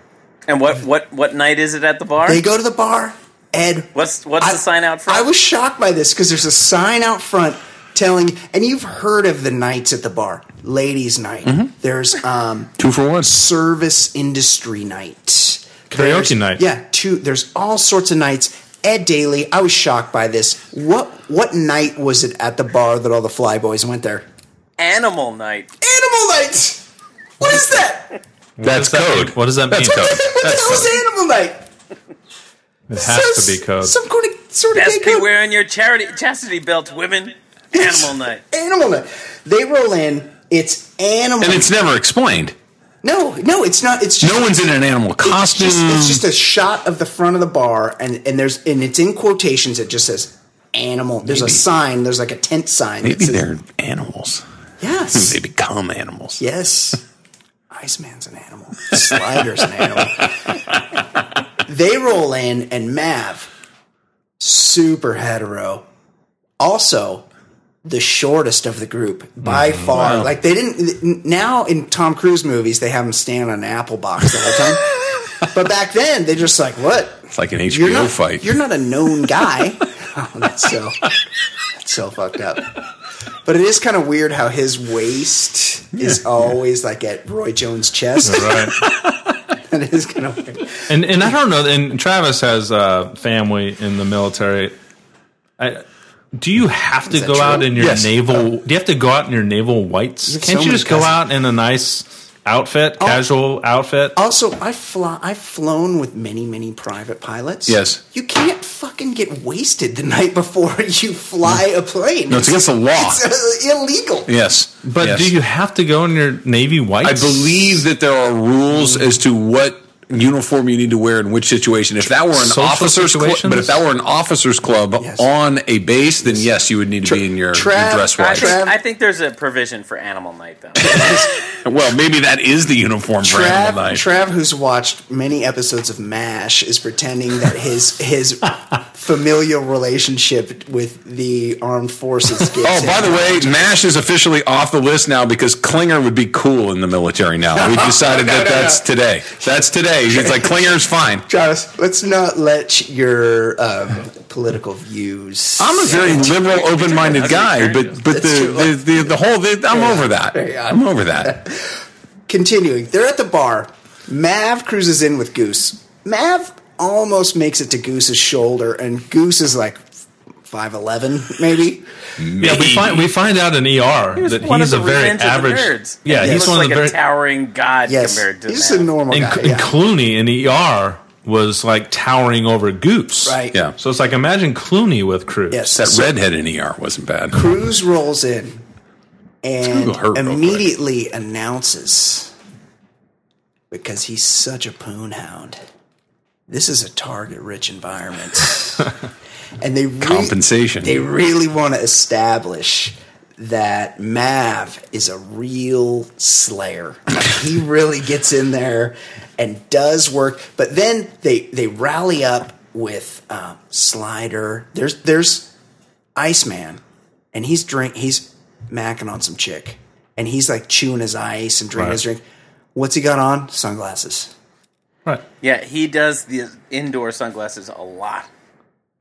And what what what night is it at the bar?
They go to the bar. Ed,
What's what's the sign out front?
I was shocked by this because there's a sign out front telling, and you've heard of the nights at the bar, ladies' night.
Mm-hmm.
There's um,
Two for one.
service industry night,
Karaoke
There's-
night.
Yeah, two. There's all sorts of nights. Ed Daly, I was shocked by this. What what night was it at the bar that all the flyboys went there?
Animal night.
Animal night. What is that?
That's
does that
code.
mean? What does that
That's
mean?
Code.
[LAUGHS] what [LAUGHS] the hell is animal night?
It has to be code.
Some kind of sort of gay
Best be
code.
wearing your charity chastity belt, women. Animal night.
Animal night. They roll in. It's animal.
And it's never explained.
no, no, it's not. It's just
No one's in an animal
It's
costume.
just, it's just a shot of the front of the bar, and and there's and it's in quotations. It just says animal. There's a
Maybe.
sign. There's like a tent sign. that
Maybe
says-
they're
[LAUGHS]
animals.
Yes.
They become animals.
Yes. [LAUGHS] Iceman's an animal. Slider's an animal. [LAUGHS] they roll in, and Mav, super hetero, also the shortest of the group by
Mm-hmm.
far. Like they didn't now in Tom Cruise movies they have him stand on an apple box the
[LAUGHS]
whole time. but back then they just like what
It's like an HBO
you're not
fight.
you're not a
[LAUGHS]
known guy. oh, that's so that's so fucked up. But it is kind of weird how his waist is always like at Roy Jones' chest.
Right.
[LAUGHS] that is kind of weird.
and and I don't know. And Travis has uh, family in the military. I, do you have to
that
go
true?
out in your
Yes.
naval? Do you have to go out in your naval whites?
have
Can't
so
you
many
just go
cousins.
out in a nice outfit,
Oh.
casual outfit?
Also, I fly, I've flown with many, many private pilots.
Yes.
You can't fucking get wasted the night before you fly a plane.
No, it's against the law.
It's uh, illegal.
yes.
But
Yes.
do you have to go in your navy
I
whites?
believe that there are rules
Mm.
as to what uniform you need to wear in which situation. If that were an
Social
officers club,
situations?
but if that were an officers club
Yes.
on a base, then yes, you would need to be in your,
Trav-
your dress
I
white.
think,
Trav-
I think there's a provision for animal night though.
Well, maybe that is the uniform for
Trav,
Animal Night.
Trav, who's watched many episodes of MASH, is pretending that
[LAUGHS]
his his familial relationship with the
[LAUGHS]
armed forces. Gives
Oh, by
him-
the way, Nash is officially off the list now because Klinger would be cool in the military now. We
[LAUGHS]
decided that that's today. That's today. It's like Klinger's fine.
Travis, let's not let your um, political views.
I'm a very liberal, open-minded guy, but but the, the, the the whole the, I'm over that. I'm over that.
Continuing, they're at the bar. Mav cruises in with Goose. Mav, almost makes it to Goose's shoulder, and Goose is like five eleven, maybe.
Yeah, we find we find out in ER
was
that
one
he's
of
a
the
very
Revenge of the
average.
Nerds.
Yeah,
he looks
he's one
like
of the very
a towering god
Yes,
compared to
he's
that.
a normal
and,
guy.
and
yeah.
Clooney in ER was like towering over Goose.
right?
Yeah.
So it's like imagine Clooney with Cruz.
Yes.
That redhead in ER wasn't bad.
Cruz rolls in and
Google her real quick.
immediately announces because he's such a poon hound. This is a target
[LAUGHS]
rich environment. and they re-
Compensation.
They really want to establish that Mav is a real slayer. [LAUGHS] Like, he really gets in there and does work. But then they they rally up with um, Slider. There's there's Iceman, and he's drink he's macking on some chick, and he's like chewing his ice and drinking
Right.
his drink. What's he got on? Sunglasses.
Right.
Yeah, he does the indoor sunglasses a lot.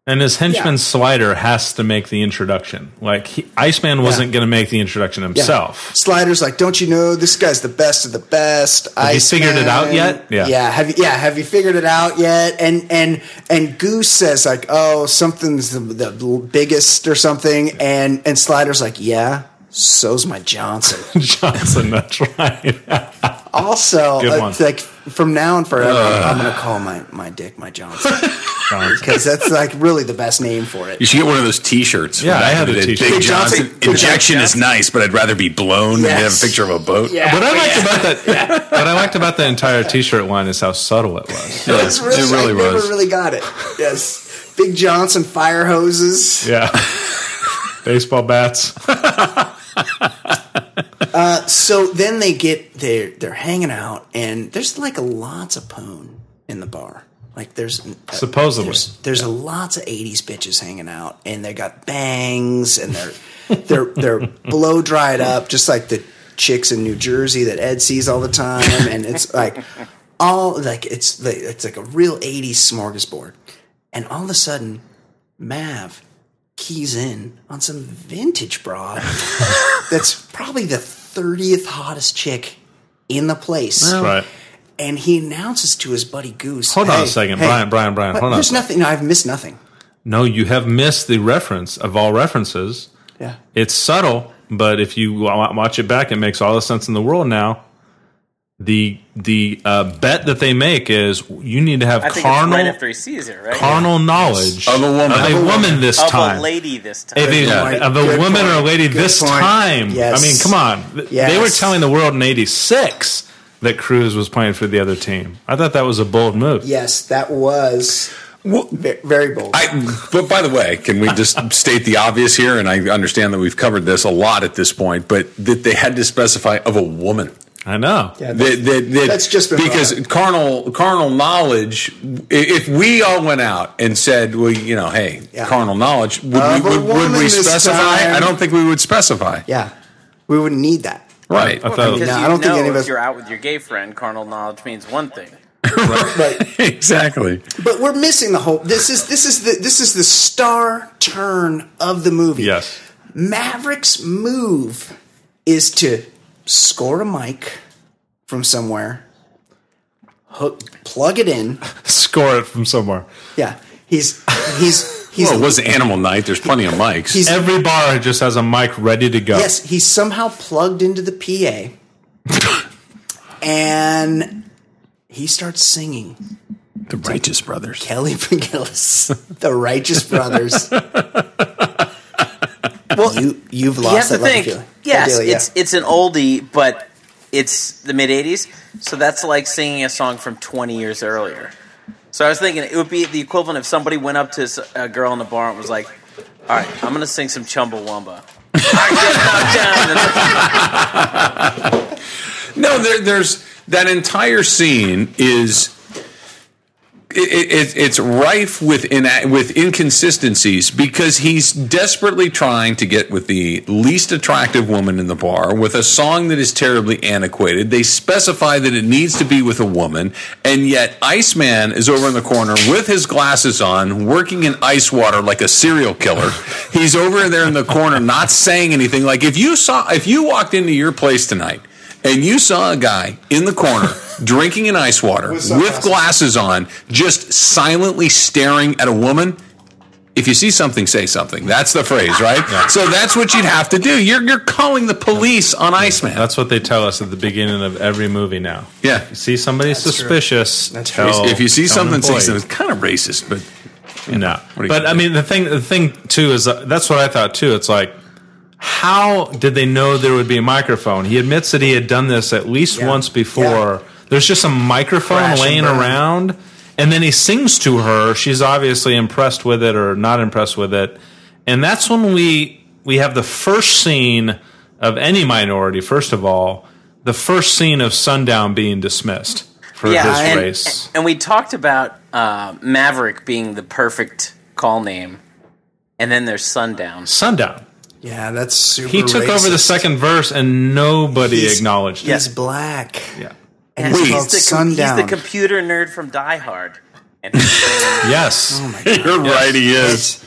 And his henchman
Yeah.
Slider has to make the introduction. Like he, Iceman wasn't going to make the introduction
Yeah.
himself. [LAUGHS]
Slider's like, don't you know this guy's the best of the best? Have
you figured it out yet?
Yeah.
Yeah.
Yeah. Have you, yeah. Have you figured it out yet? And and and Goose says like, oh, something's the, the biggest or something. And and Slider's like, yeah. So's my Johnson.
Johnson, that's right.
Also,
Good
uh,
one.
like from now on forever, I'm going to call my, my dick my Johnson
Johnson.
because that's like really the best name for it.
You should get one of those T-shirts.
Yeah, I have a
Big
T-shirt.
Johnson.
Big
Injection is nice, but I'd rather be blown than have
Yes.
a picture of a boat.
What I liked about that, what I liked about the entire T-shirt line is how subtle it
[LAUGHS]
was.
Yeah,
It's really,
it really
I never
was.
really got it. Yes, Big Johnson fire hoses.
Yeah, baseball bats.
So then they get they they're hanging out, and there's like lots of pone in the bar. Like there's uh,
Supposedly.
there's, there's a lots of '80s bitches hanging out, and they got bangs, and they're they're
[LAUGHS]
they're blow dried up, just like the chicks in New Jersey that Ed sees all the time, and it's like all like it's like, it's like a real '80s smorgasbord, and all of a sudden, Mav keys in on some vintage
[LAUGHS]
broad that's probably the 30th hottest chick in the place.
right.
And he announces to his buddy Goose.
Hold on a
"Hey,
second,
hey,
Brian, Brian, Brian.
what-
Hold on.
There's nothing. No, I've missed nothing.
No, you have missed the reference of all references.
Yeah.
It's subtle, but if you wa- watch it back, it makes all the sense in the world now. The the uh, bet that they make is you need to have
I think
carnal
it's right after he sees her, right?
carnal knowledge
Of a woman.
of a woman this
of
time.
a lady this time.
If it-
Yeah.
Of a
Good
woman
point.
or a lady
Good
this
point.
time.
Yes.
I mean, come on. Th- They were
Yes.
telling the world in '86 that Cruz was playing for the other team. I thought that was a bold move.
Yes, that was
Well,
ve- very bold.
I, but by the way, can we just state the obvious here? And I understand that we've covered this a lot at this point, but that they had to specify of a woman.
I know.
Yeah,
That, that, that,
That's just been
because
brought
carnal carnal knowledge. i- If we all went out and said, "Well, you know, hey,
Yeah.
carnal knowledge," would
Of a
we, would, would
woman
we
this
specify?
time.
I don't think we would specify.
yeah, we wouldn't need that.
Right.
I thought
because
No,
you
I don't
know
think any of us-
if you're out with your gay friend, carnal knowledge means one thing.
[LAUGHS]
Right.
exactly.
but we're missing the whole. This is this is the this is the star turn of the movie.
yes.
Maverick's move is to score a mic from somewhere, hook, plug it in.
Score it from somewhere.
Yeah, he's he's he's
Well, it was Animal Night. There's plenty of mics.
He's-
Every bar just has a mic ready to
Oh.
go.
yes, he's somehow plugged into the PA, and he starts singing
the Righteous Brothers.
Kelly McGillis, The Righteous Brothers. Well, you you've lost
you have to
that lucky
think.
feeling.
Yes,
Ideally, yeah.
it's it's an oldie, but it's the mid '80s, so that's like singing a song from 20 years earlier. So I was thinking it would be the equivalent if somebody went up to s- a girl in the bar and was like, "All right, I'm gonna sing some Chumbawamba." [LAUGHS] All right, get knocked down. And it's like,
No, there, there's that entire scene is it, it, it's rife with ina- with inconsistencies because he's desperately trying to get with the least attractive woman in the bar with a song that is terribly antiquated. They specify that it needs to be with a woman, and yet Iceman is over in the corner with his glasses on, working in ice water like a serial
[LAUGHS]
killer. He's over there in the corner, not saying
[LAUGHS]
anything. Like if you saw, if you walked into your place tonight and you saw a guy in the corner drinking an ice water
With
with,
sunglasses.
glasses on, just silently staring at a woman. If you see something, say something. That's the phrase, right? [LAUGHS] So that's what you'd have to do. You're you're calling the police on Iceman.
That's what they tell us at the beginning of every movie now.
Yeah.
You see somebody suspicious.
That's true.
tell,
if you see
tell an
something, say
employee.
something. It's kind of racist, but
No,
What are you
but
gonna
I
do?
mean the thing. The thing too is that, that's what I thought too. It's like, how did they know there would be a microphone? He admits that he had done this at least
Yeah.
once before.
Yeah.
There's just a microphone
Crash and
laying
burn.
around, and then he sings to her. She's obviously impressed with it or not impressed with it, and that's when we we have the first scene of any minority. First of all, the first scene of Sundown being dismissed for his
and,
race.
and we talked about uh, Maverick being the perfect call name, and then there's Sundown.
Sundown.
Yeah, that's super.
He took over the
racist.
second verse and nobody
He's-
acknowledged
He's
it.
black.
Yeah.
And he's
Wait.
called
He's the, com- he's
Sundown.
the computer nerd from Die Hard. And he's
[LAUGHS]
Yes.
Oh
you're right. He is.
It's-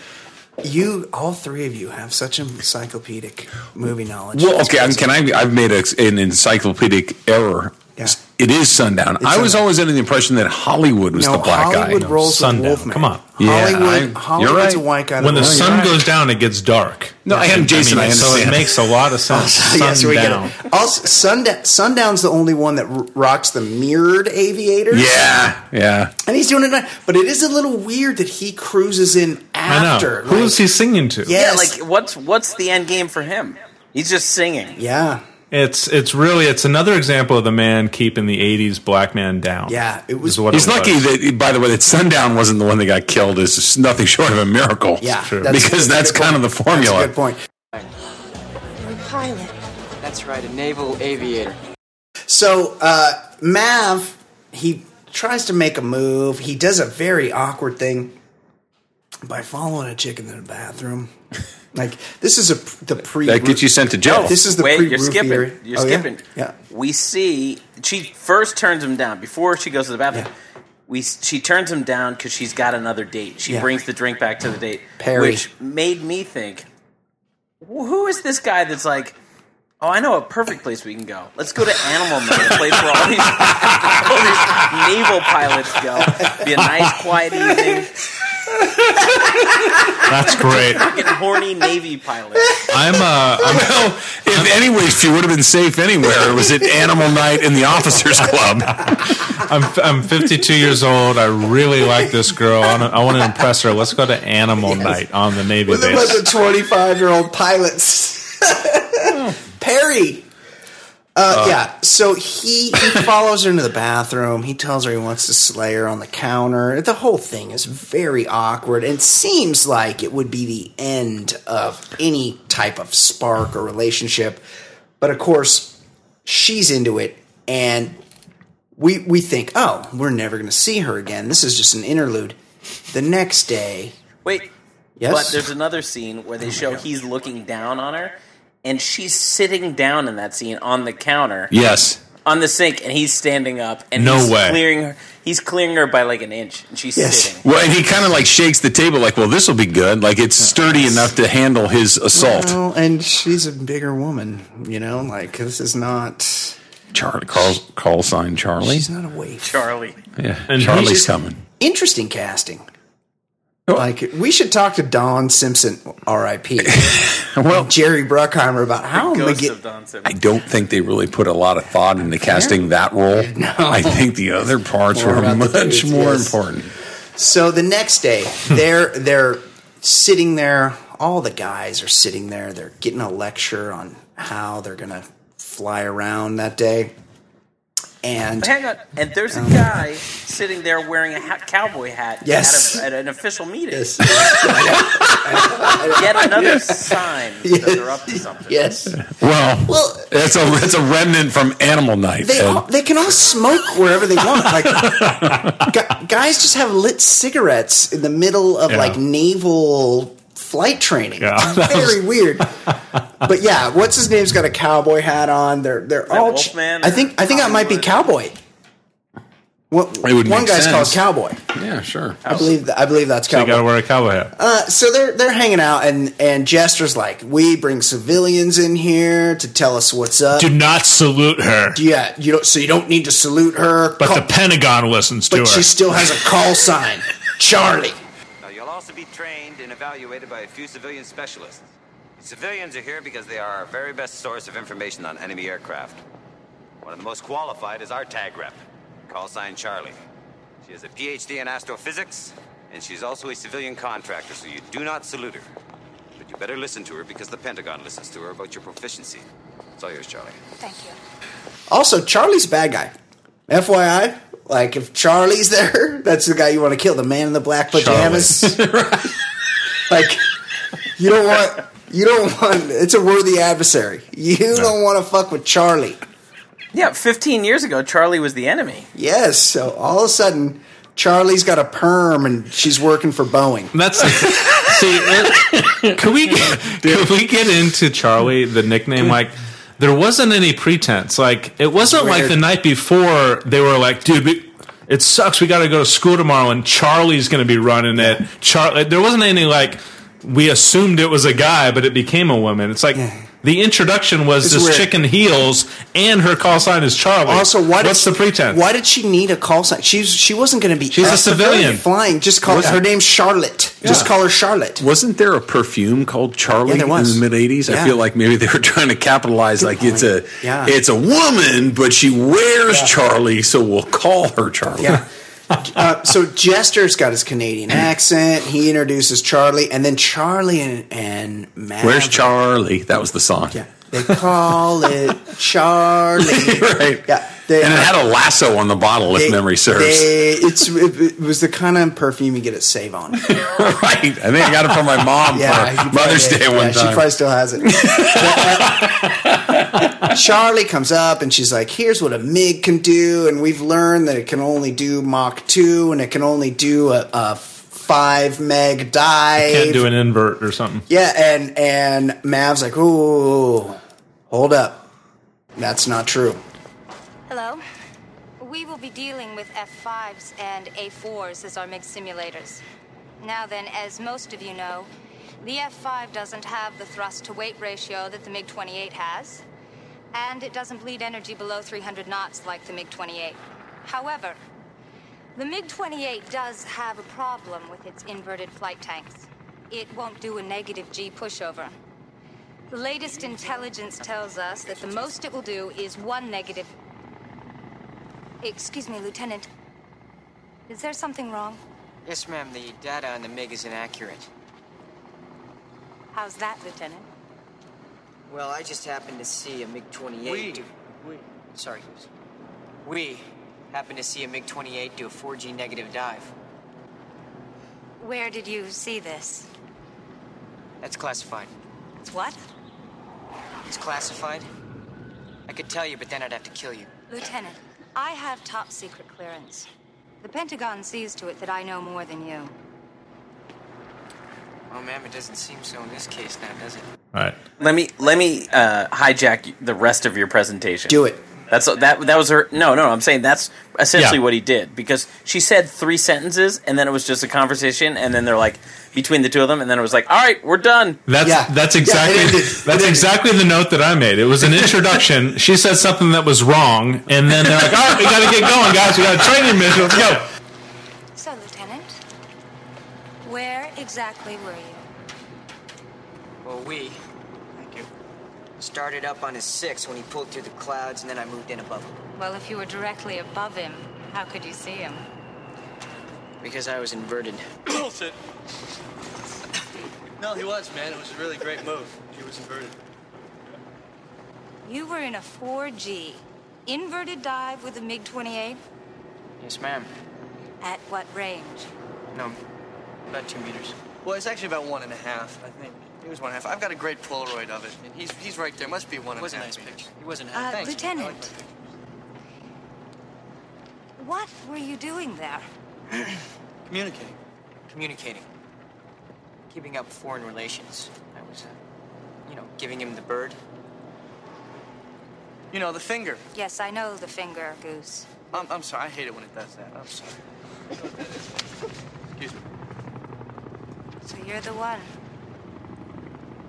you, all three of you, have such encyclopedic movie knowledge.
Well, okay. I'm, can I? I've made a, an encyclopedic error.
Yeah.
It is sundown. I was
sundown.
sundown.
always under the impression that Hollywood was
no,
the black
Hollywood
guy.
rolls
Sundown.
with Wolfman.
Come on.
Yeah, I-
Hollywood,
you're
Hollywood's
right.
a white guy.
When the
that-
sun
right.
[LAUGHS]
goes down, it gets dark.
No, I am Jason. I,
mean, so it
understand.
makes a
[LAUGHS]
lot of sense.
Oh, yes, we get
Sundown.
it. Also, Sundown, Sundown's the only one that r- rocks the mirrored aviators.
yeah, yeah.
and he's doing it. nice. But it is a little weird that he cruises in
I know.
after.
Who
like-
is he singing to?
Yeah.
yeah,
Yes.
like what's what's the end game for him? He's just singing.
Yeah,
It's it's really it's another example of the man keeping the '80s black man down.
yeah. It was.
Is what
He's
it was.
lucky that, by the way, that sundown wasn't the one that got killed. Is just nothing [LAUGHS] short of a miracle.
yeah,
true.
because that's
a good
kind of the
point. That's a
formula. [LAUGHS]
good point.
You're a pilot.
That's right, a naval aviator.
So uh, Mav, he tries to make a move. He does a very awkward thing by following a chick into the bathroom. Like this is a the pre.
That gets you sent to jail.
This is the
Wait,
pre
you're skipping. You're skipping.
Oh, Yeah.
We see she first turns him down before she goes to the bathroom.
Yeah.
We she turns him down because she's got another date. She
Yeah.
brings the drink back to the date,
Perry.
which made me think, "Wh- who is this guy that's like? Oh, I know a perfect place we can go. Let's go to Animal Man, a place where all these, [LAUGHS] all these naval pilots go. Be a nice, quiet evening.
That's great.
Fucking horny Navy pilots.
I'm uh
[LAUGHS]
I'm
Well, if anyway, if you would have been safe anywhere, it was at Animal Night in the Officers [LAUGHS] Club.
I'm I'm 52 years old. I really like this girl. I, wanna- I want to impress her. Let's go to Animal Night on the Navy
With a
base.
bunch of twenty-five-year-old pilots. Perry. Uh, yeah, so he, he follows her into the bathroom. He tells her he wants to slay her on the counter. The whole thing is very awkward and seems like it would be the end of any type of spark or relationship. But of course, she's into it, and we we think, oh, we're never going to see her again. This is just an interlude. The next day,
Wait.
Yes? Oh
But there's another scene where they show he's looking down on her, and she's sitting down in that scene on the counter,
yes.
on the sink, and he's standing up, and
No
he's
way.
clearing her. He's clearing her by like an inch, and she's
Yes. [LAUGHS]
sitting.
Well, and he kind of like shakes the table, like, "Well, this will be good. Like, it's sturdy enough to handle his assault."
Well, and she's a bigger woman, you know. Like this is not.
Charlie, call, call sign Charlie.
She's not a waif.
Charlie,
Yeah,
And
Charlie's
he's-
coming.
Interesting casting. Like we should talk to Don Simpson, R.I.P.
Well,
Jerry Bruckheimer about how am I
ghost
get-
of Don
I
Simpson.
don't think they really put a lot of thought into casting that
[LAUGHS]
role. No. I think the other parts
More
were
about the
much
dudes,
more
yes.
important.
So the next day, they're they're sitting there. All the guys are sitting there. They're getting a lecture on how they're gonna fly around that day. And
Hang on, and there's
Oh.
a guy sitting there wearing a ha- cowboy hat
Yes.
at, a, at an official meeting.
[LAUGHS] yes,
Yet another
[LAUGHS]
sign that they're up to something.
yes.
Well,
Well-
that's a that's a remnant from Animal Night.
They
Ed.
all, they can all smoke wherever they want. Like gu- guys just have lit cigarettes in the middle of
Yeah.
like naval flight training.
Yeah.
It's very weird. But yeah, what's his name's got a cowboy hat on. They're they're all. ch-
Wolfman
I think I think that might be
Hollywood?
cowboy. One,
It would
one
make
guy's called
sense.
Cowboy.
Yeah, sure.
I believe th- I believe that's
So you
Cowboy.
got to wear a cowboy hat.
Uh, so they're they're hanging out, and and Jester's like, "We bring civilians in here to tell us what's up."
Do not salute her.
yeah, you don't. So you don't need to salute her.
But
Call-
the Pentagon listens to
but she
her.
still has a call sign, Charlie.
Now, you'll also be trained and evaluated by a few civilian specialists. Civilians are here because they are our very best source of information on enemy aircraft. One of the most qualified is our tag rep, call sign Charlie. She has a PhD in astrophysics, and she's also a civilian contractor, so you do not salute her. But you better listen to her because the Pentagon listens to her about your proficiency. It's all yours, Charlie.
Thank you.
Also, Charlie's a bad guy. FYI, like if Charlie's there, [LAUGHS] that's the guy you want to kill. The man in the black pajamas. like you don't want. You don't want. It's a worthy adversary. You don't want to fuck with Charlie.
Yeah, 15 years ago, Charlie was the enemy.
Yes. So all of a sudden, Charlie's got a perm and she's working for Boeing.
That's [LAUGHS] see. uh, Can we get,
[LAUGHS]
can we get into Charlie the nickname? Like there wasn't any pretense. Like it wasn't like
Weird.
the night before they were like, dude. We, it sucks. We got to go to school tomorrow, and Charlie's going to be running it. Charlie, there wasn't any like we assumed it was a guy, but it became a woman. It's like the introduction was
It's
this
weird.
chicken heels, and her call sign is Charlie.
Also, why did
what's
she-
the pretense?
Why did she need a call sign? She's she wasn't going to be.
She's a
That's the
civilian.
very Flying. Just call
Yeah.
her name's Charlotte. Just
Yeah.
call her Charlotte.
Wasn't there a perfume called Charlie
Yeah, there was.
in the mid '80s?
Yeah.
I feel like maybe they were trying to capitalize, like it's a
Yeah.
it's a woman, but she wears Charlie, so we'll call her Charlie.
Yeah. [LAUGHS] uh, so Jester's got his
Mm.
Canadian accent. He introduces Charlie, and then Charlie and and Maverick,
Where's Charlie? That was the song.
Yeah, they call it Charlie.
[LAUGHS] right.
Yeah, they-
and it had a lasso on the bottle, if
They-
memory serves.
they- it's it, it was the kind of perfume you get at Save
[LAUGHS]
On.
right. I think I got it from my mom
[LAUGHS] Yeah,
for
you
Mother's
probably-
Day one
yeah, She
time.
probably still has it. But,
[LAUGHS]
uh, Charlie comes up and she's like, "Here's what a MIG can do, and we've learned that it can only do Mach two, and it can only do a, a five meg dive.
Can't do an invert or something.
Yeah, and and Mav's like, "Ooh, hold up, that's not true."
Hello. We will be dealing with F5s and A4s as our MiG simulators. Now then, as most of you know, the F5 doesn't have the thrust to weight ratio that the MiG 28 has, and it doesn't bleed energy below 300 knots like the MiG 28. However, the MiG 28 does have a problem with its inverted flight tanks. It won't do a negative G pushover. The latest intelligence tells us that the most it will do is one negative Excuse me, Lieutenant. Is there something wrong?
Yes, ma'am, the data on the MiG is inaccurate.
How's that, Lieutenant?
Well, I just happened to see a MiG 28 do. We. Sorry. We happened to see a MiG 28 do a 4G negative dive.
Where did you see this?
That's classified.
It's what?
It's classified? I could tell you, but then I'd have to kill you.
Lieutenant, I have top secret clearance. The Pentagon sees to it that I know more than you.
Oh, ma'am, it doesn't seem so in this case now, does it?
All right.
Let me let me uh, hijack the rest of your presentation.
Do it.
That's that. That was her. No, no. I'm saying that's essentially
Yeah.
what he did because she said three sentences and then it was just a conversation and then they're like between the two of them and then it was like, all right, we're done.
That's
Yeah.
that's
Yeah,
exactly
it is.
that's exactly the note that I made. It was
[LAUGHS]
an introduction. she said something that was wrong, and then they're like, "All right, we got to get going, guys. We got a training mission. Let's go."
So, Lieutenant, where exactly were you?
Well, we. Thank you. Started up on his six when he pulled through the clouds, and then I moved in above him.
Well, if you were directly above him, how could you see him?
Because I was inverted.
Bullshit. No, he was, man. It was a really great move. He was inverted.
You were in a 4G inverted dive with a MiG 28
Yes, ma'am.
at what range?
No, about two meters.
Well, it's actually about one and a half, I think. It was one and a half. I've got a great Polaroid of it. And he's he's right there. Must be one
It
and a
was a
half.
nice
meters.
picture. He wasn't
Uh,
happy.
Lieutenant. What were you doing there?
Communicating.
Communicating. Keeping up foreign relations. I was, uh, you know, giving him the bird.
You know, the finger.
Yes, I know the finger, Goose.
I'm, I'm sorry. I hate it when it does that. I'm sorry. Excuse me.
So you're the one.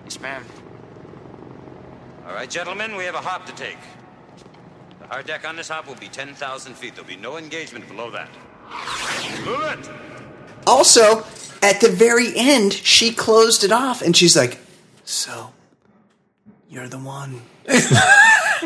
Yes, ma'am.
All right, gentlemen, we have a hop to take. The hard deck on this hop will be 10,000 feet. There'll be no engagement below that. Move it!
Also, at the very end, she closed it off and she's like, So, you're the one.
yeah,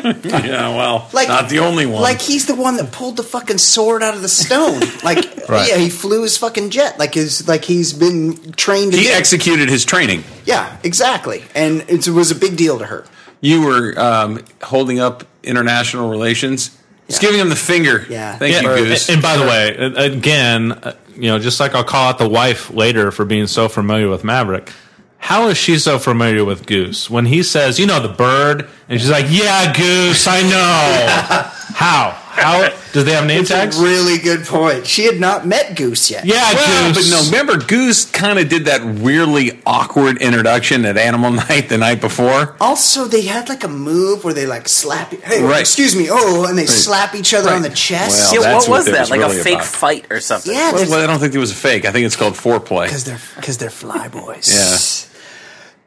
Oh, well, not the only one.
Like he's the one that pulled the fucking sword out of the
[LAUGHS]
stone. Like
Right.
yeah, he flew his fucking jet. Like his like he's been trained. To
he
do.
executed his training.
yeah, exactly. And it was a big deal to her.
You were um, holding up international relations. He's giving him the finger.
Yeah.
Thank
Yeah,
you, Goose.
And by the way, a- again, uh, you know, just like I'll call out the wife later for being so familiar with Maverick. How is she so familiar with Goose when he says, "You know, the bird," and she's like, "Yeah, Goose, I
[LAUGHS]
know." How? How does they have name
It's a
tags?
really good point. She had not met Goose yet.
yeah,
Well, but
Goose.
no, remember Goose kind of did that weirdly awkward introduction at Animal [LAUGHS] Night the night before.
Also, they had like a move where they like slap. Hey,
Right.
excuse me. Oh, and they slap each other on the chest.
Well,
yeah,
that's
what
what
was
it
that?
was
like
really
a fake
about.
fight or something?
yeah,
Well,
Oh, there's-
I don't think it was a fake. I think it's called foreplay.
because they're because they're fly boys.
Yeah.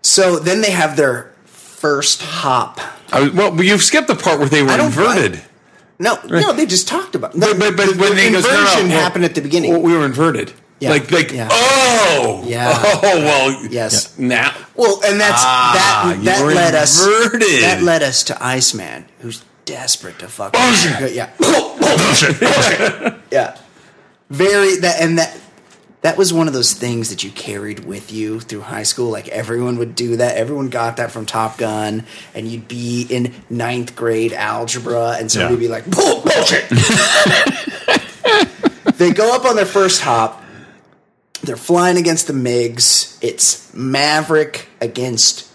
So then they have their first hop.
I was, well, you've skipped the part where they were
I don't-
inverted.
No, no, they just talked about. No,
but but, but
the,
when
the
they goes, no, no,
inversion
well,
happened at the beginning.
well, we were inverted.
Yeah,
Like like
yeah.
oh
Yeah.
[LAUGHS] oh well
Yes.
now
well, and that's
Ah,
that.
you
That
were
led us.
inverted.
That led us to Iceman, who's desperate to fuck.
Bullshit.
Yeah, [LAUGHS] yeah. Very that and that. That was one of those things that you carried with you through high school. Like everyone would do that. Everyone got that from Top Gun, and you'd be in ninth grade algebra, and somebody
Yeah.
would be like, "Bull- "Bullshit." [LAUGHS] they go up on their first hop. They're flying against the MiGs. It's Maverick against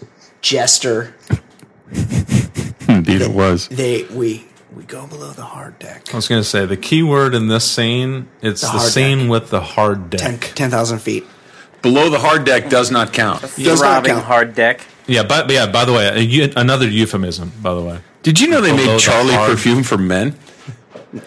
Jester.
Hmm,
Indeed, it was.
They we we go below the hard deck.
Oh,
I was going to say the key word in this scene. It's
The
the,
hard
scene with the hard deck.
Ten- 10,000 feet.
below the hard deck does not count.
Does not
Throbbing
count.
hard deck.
Yeah, but yeah. By the way, a eu- another euphemism. By the way,
Did you know they
Below
made
the
Charlie
hard-
perfume for men?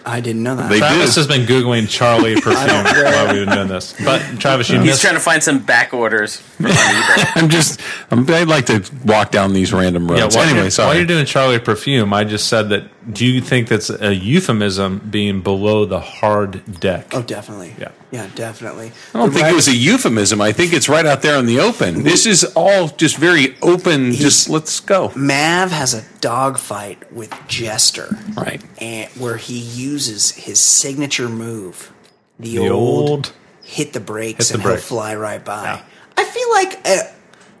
I didn't know that.
They
Travis
do.
has been
[LAUGHS]
googling Charlie perfume
don't really-
while we've been doing this. But Travis, you
He's
missed
trying to find some back orders. From eBay.
I'm just I'm, I like to walk down these random roads.
while
anyway,
you're,
sorry.
While you're doing Charlie Perfume, I just said that. Do you think that's a euphemism being below the hard deck?
oh, definitely.
Yeah.
Yeah, definitely.
I don't think it was a euphemism. I think it's right out there in the open. This is all just very open. Just let's go.
Mav has a dogfight with Jester.
Right.
And where he uses his signature move, the,
The
old,
old-
hit the brakes
Hit the
and he'll
brake.
fly right by.
Yeah.
I feel like uh,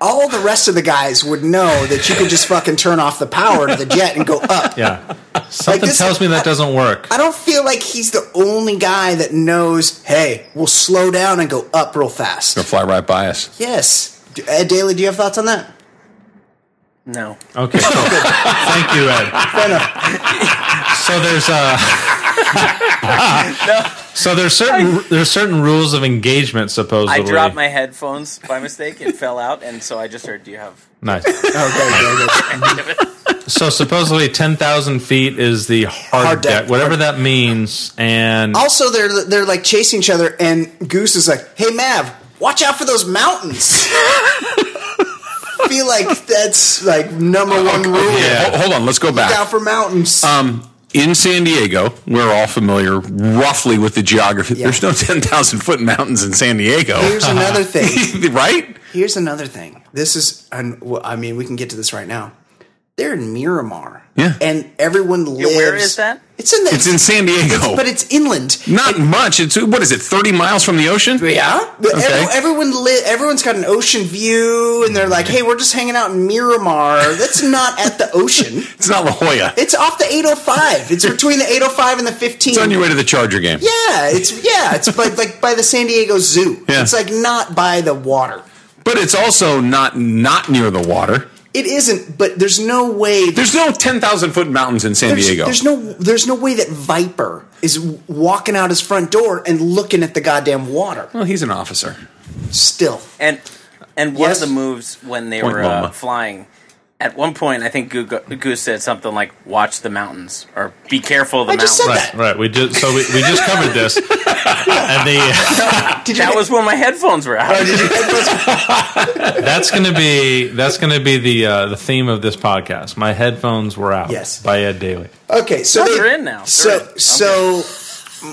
all the rest of the guys would know that you could just fucking turn off the power to the jet and go up. [LAUGHS]
[LAUGHS] Yeah. Something
this-
tells me that
[LAUGHS]
doesn't work.
I don't feel like he's the only guy that knows, hey, we'll slow down and go up real fast.
They'll fly right by us.
Yes. D- Ed Daly, do you have thoughts on that?
no.
Okay. Cool. Thank you, Ed.
Fair enough.
So there's uh So there's certain there's certain rules of engagement supposedly.
I dropped my headphones by mistake. It fell out, and so I just heard, "Do you have?"
nice.
Okay, okay, okay.
[LAUGHS] So supposedly ten thousand feet is the hard,
Hard deck.
deck, whatever that means, and
Also, they're they're like chasing each other, and Goose is like, "Hey, Mav, watch out for those mountains." [LAUGHS] Feel like that's like
Oh,
number one rule.
Yeah.
Ho- hold on. Let's go
Look
back.
out for mountains.
Um, in San Diego, we're all familiar roughly with the geography.
Yeah.
There's no [LAUGHS] 10,000 foot mountains in San Diego.
Here's
uh-huh.
another
[LAUGHS]
[LAUGHS]
thing.
right?
Here's another thing. This is, and well, I mean, we can get to this right now. They're in Miramar.
Yeah.
and everyone lives.
where is that?
It's in the.
It's in San Diego.
but it's inland.
Not much. It's what is it? Thirty miles from the ocean?
Yeah.
Okay.
everyone li- everyone's got an ocean view, and they're like, "Hey, we're just hanging out in Miramar. That's not at the ocean.
It's not La Jolla. It's,
It's off the 805. It's between the 805 and the 15.
on your way to the Charger game.
Yeah, it's yeah, it's by, like by the San Diego Zoo.
Yeah.
It's like not by the water.
But it's also not not near the water.
It isn't, but there's no way.
There's no ten thousand foot mountains in San
there's,
Diego.
there's no there's no way that Viper is walking out his front door and looking at the goddamn water.
well, he's an officer.
Still,
And and one
Yes.
of the moves when they
Point
were
Loma.
uh, flying At one point, I think Goo- Goose said something like "Watch the mountains" or "Be careful of the
I
mountains."
just said Right, that. right. We just so we, we just covered this, and the
that was when my headphones were out.
that's going to be that's going to be the uh, the theme of this podcast. My headphones were out. Yes, by Ed Daly.
Okay, so
No,
they-
they're in now. They're
So
in.
so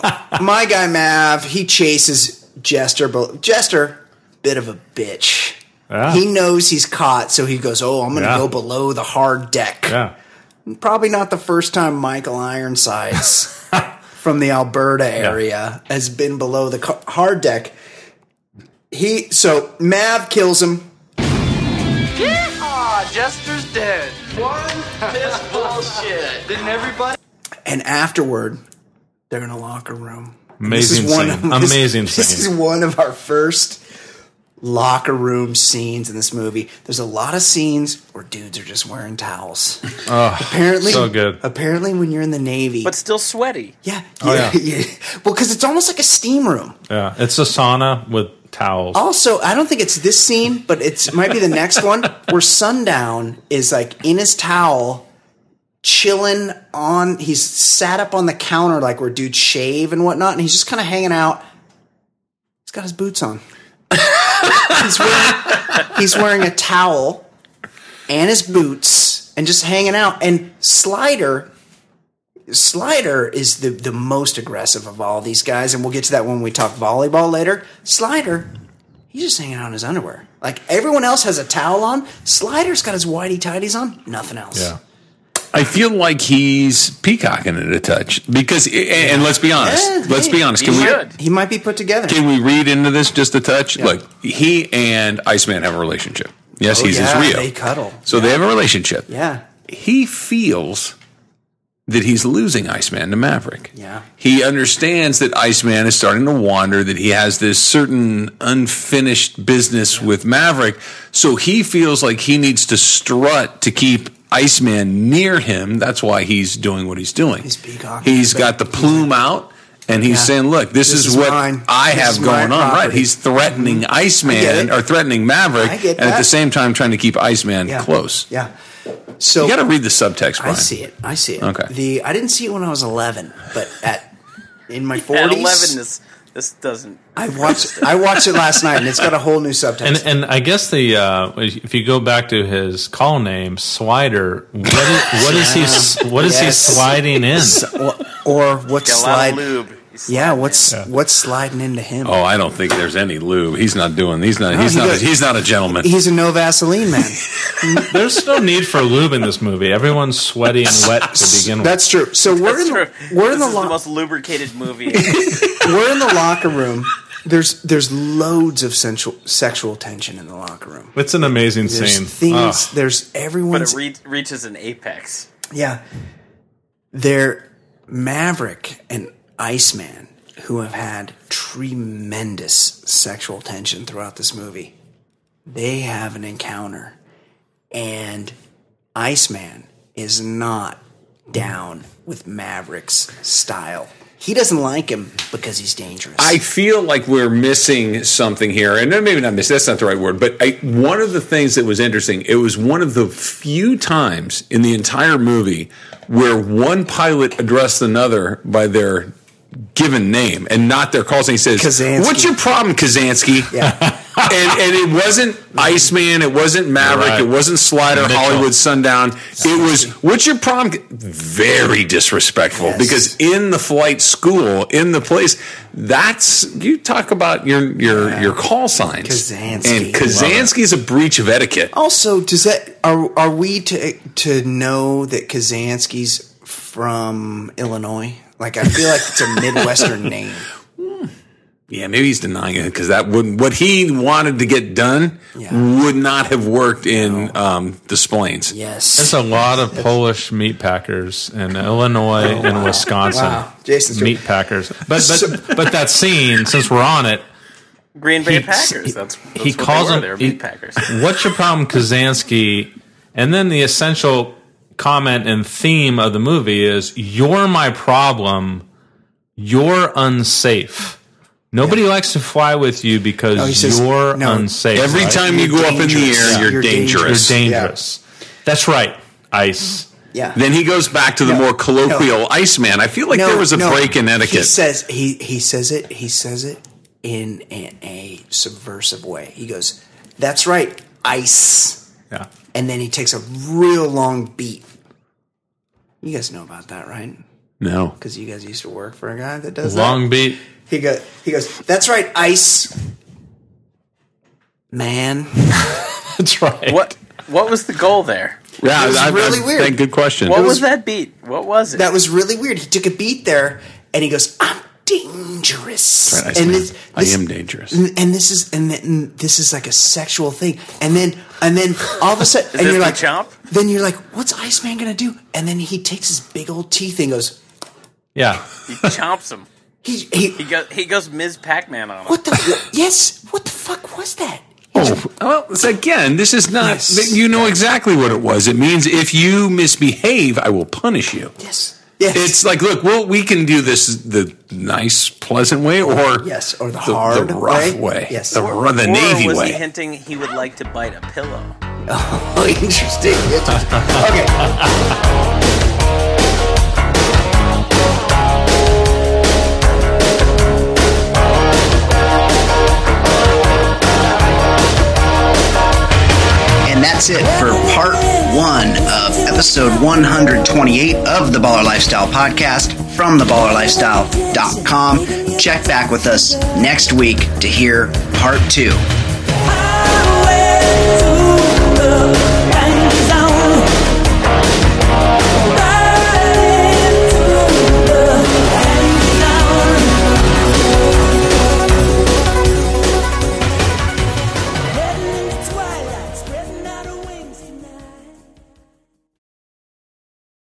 m- my guy Mav, he chases Jester, but Jester, bit of a bitch.
Yeah.
He knows he's caught, so he goes, "Oh, I'm going to
Yeah.
go below the hard deck."
Yeah.
Probably not the first time Michael Ironsides
[LAUGHS]
from the Alberta area has been below the ca- hard deck. He so Mav kills him.
Ah, Jester's dead. [LAUGHS] What? This bullshit. Didn't everybody?
and afterward, they're in a locker room. And
Amazing scene.
this- [LAUGHS]
Amazing
this,
scene.
is one of our first locker room scenes in this movie. There's a lot of scenes where dudes are just wearing towels.
Oh,
Apparently,
so good.
Apparently, when you're in the Navy, but
still
[LAUGHS]
sweaty.
Yeah,
Oh,
yeah,
yeah.
[LAUGHS] yeah. Well, because it's almost like a steam room.
Yeah, it's a sauna with towels.
Also, I don't think it's this scene, but it's it might be the next one where Sundown is like in his towel, chilling on. He's sat up on the counter like where dudes shave and whatnot, and he's just kind of hanging out. He's got his boots on. [LAUGHS] he's wearing he's wearing a towel and his boots and just hanging out. And Slider. Slider is the, the most aggressive of all these guys, and we'll get to that when we talk volleyball later. Slider He's just hanging out in his underwear. Like everyone else has a towel on. Slider's got his whitey tidies on. Nothing else.
Yeah. I feel like he's peacocking it a touch because, and, and let's be honest,
Yeah,
let's
Eh, hey,
be honest.
he
Can we
might- He might be put together.
can we read into this just a touch? Look, he and Iceman have a relationship. Yes,
Oh,
he's
yeah,
his Rio,
They cuddle.
so they have a relationship.
Yeah.
He feels that he's losing Iceman to Maverick.
Yeah.
He understands that Iceman is starting to wander, that he has this certain unfinished business with Maverick. So he feels like he needs to strut to keep Iceman near him. That's why he's doing what he's doing. He's
peacocking.
He's got the plume out. And he's
Yeah.
saying, "Look, this,
This
is,
is
what
mine.
I
This is
have
my
going on." Right?
property. Mm-hmm.
He's threatening
get
Iceman
it.
or threatening Maverick,
I get
and at
that.
the same time trying to keep Iceman
Yeah.
close.
Yeah. So
you got to read the subtext. Brian.
I see it. I see it.
Okay.
The I didn't see it when I was eleven, but at in my
At
forties,
eleven, this this doesn't.
I watched I watched it last night, and it's got a whole new subtext.
And and I guess the uh, if you go back to his call name Slider, what is, what is he what is
[LAUGHS] Yes.
he sliding in?
S- Or, or what's
Got a lot
sliding?
of
Yeah. What's what's sliding into him?
Oh, I don't think there's any lube. He's not doing. He's not.
No,
he's
he
not.
goes-
he's not a gentleman.
He's a no Vaseline
[LAUGHS]
man.
There's no need for lube in this movie. Everyone's sweaty and wet to begin with.
That's true. So we're in the, we're
This
in the
is
lo-
the most lubricated movie.
we're in the locker room. There's there's loads of sensual, sexual tension in the locker room.
It's an amazing
There's
scene.
things.
Ah.
There's
but it
[LAUGHS] everyone's.
re- reaches an apex.
yeah. They're Maverick and Iceman who have had tremendous sexual tension throughout this movie. They have an encounter, and Iceman is not down with Maverick's style. He doesn't like him because he's dangerous.
I feel like we're missing something here, and maybe not miss. That's not the right word. But I, one of the things that was interesting, it was one of the few times in the entire movie where one pilot addressed another by their given name and not their calls. And he says,
Kazansky.
"What's your problem, Kazansky?"
Yeah.
[LAUGHS] and, and it wasn't Iceman, it wasn't Maverick,
Right.
it wasn't Slider,
Mitchell.
Hollywood Sundown. It was what's your problem? Very disrespectful
Yes.
because in the flight school, in the place, that's you talk about your your your call signs.
Kazansky.
and Kazansky is a breach of etiquette.
Also, does that are are we to to know that Kazansky's from Illinois? Like, I feel like it's a Midwestern name.
Yeah, maybe he's denying it because that wouldn't what he wanted to get done would not have worked in um, the Plaines.
Yes.
There's a lot of Polish meat packers in Illinois and Wisconsin.
Oh, Wow. Jason's right.
meat packers,
[LAUGHS]
but but but that scene. Since we're on it,
Green Bay
He-
Packers. That's, that's
he
what they
calls
were.
him-
They were
he-
meat Packers.
What's your problem, Kazansky? And then the essential comment and theme of the movie is you're my problem. You're unsafe. Nobody likes to fly with you because
No, he says-
you're
no.
unsafe.
Every
right?
time you go up in the
dangerous.
air, you're,
You're
dangerous.
You're dangerous. That's right. Ice.
Yeah.
Then he goes back to the more colloquial
no.
Iceman. I feel like there was a break in etiquette.
He says he he says it he says it in a, a subversive way. He goes, "That's right, ice,"
Yeah.
and then he takes a real long beat. You guys know about that, right?
no.
Because you guys used to work for a guy that does
Long
that.
beat.
He goes, he goes, "That's right, ice." Man,
That's right.
What What was the goal there?
Yeah,
It was really weird.
thank- Good question.
What
It
was,
was-
that beat? What was it?
that was really weird. He took a beat there, and he goes, "I'm dangerous,"
Right, Iceman.
and this,
I
this-
am dangerous.
and, and this is and, th- and this is like a sexual thing and then and then all of
[LAUGHS]
a sudden and
this
you're
the
like
chomp?
then you're like what's iceman gonna do and then he takes his big old teeth and goes
Yeah.
he chomps him.
he he
He goes. He goes Ms. Pac-Man on him. [LAUGHS]
what the yes what the fuck was that
Oh, well, it's again, this is not,
Yes.
th- you know exactly what it was. It means if you misbehave, I will punish you.
yes yes
It's like, look, well, we can do this the nice, pleasant way or,
yes or the, hard
the rough way.
yes
The, ru- the
or
Navy
was
way.
he hinting he would like to bite a pillow?
[LAUGHS] oh interesting interesting okay
And that's it for part one of episode 128 of the Baller Lifestyle podcast from theballerlifestyle.com. Check back with us next week to hear part two.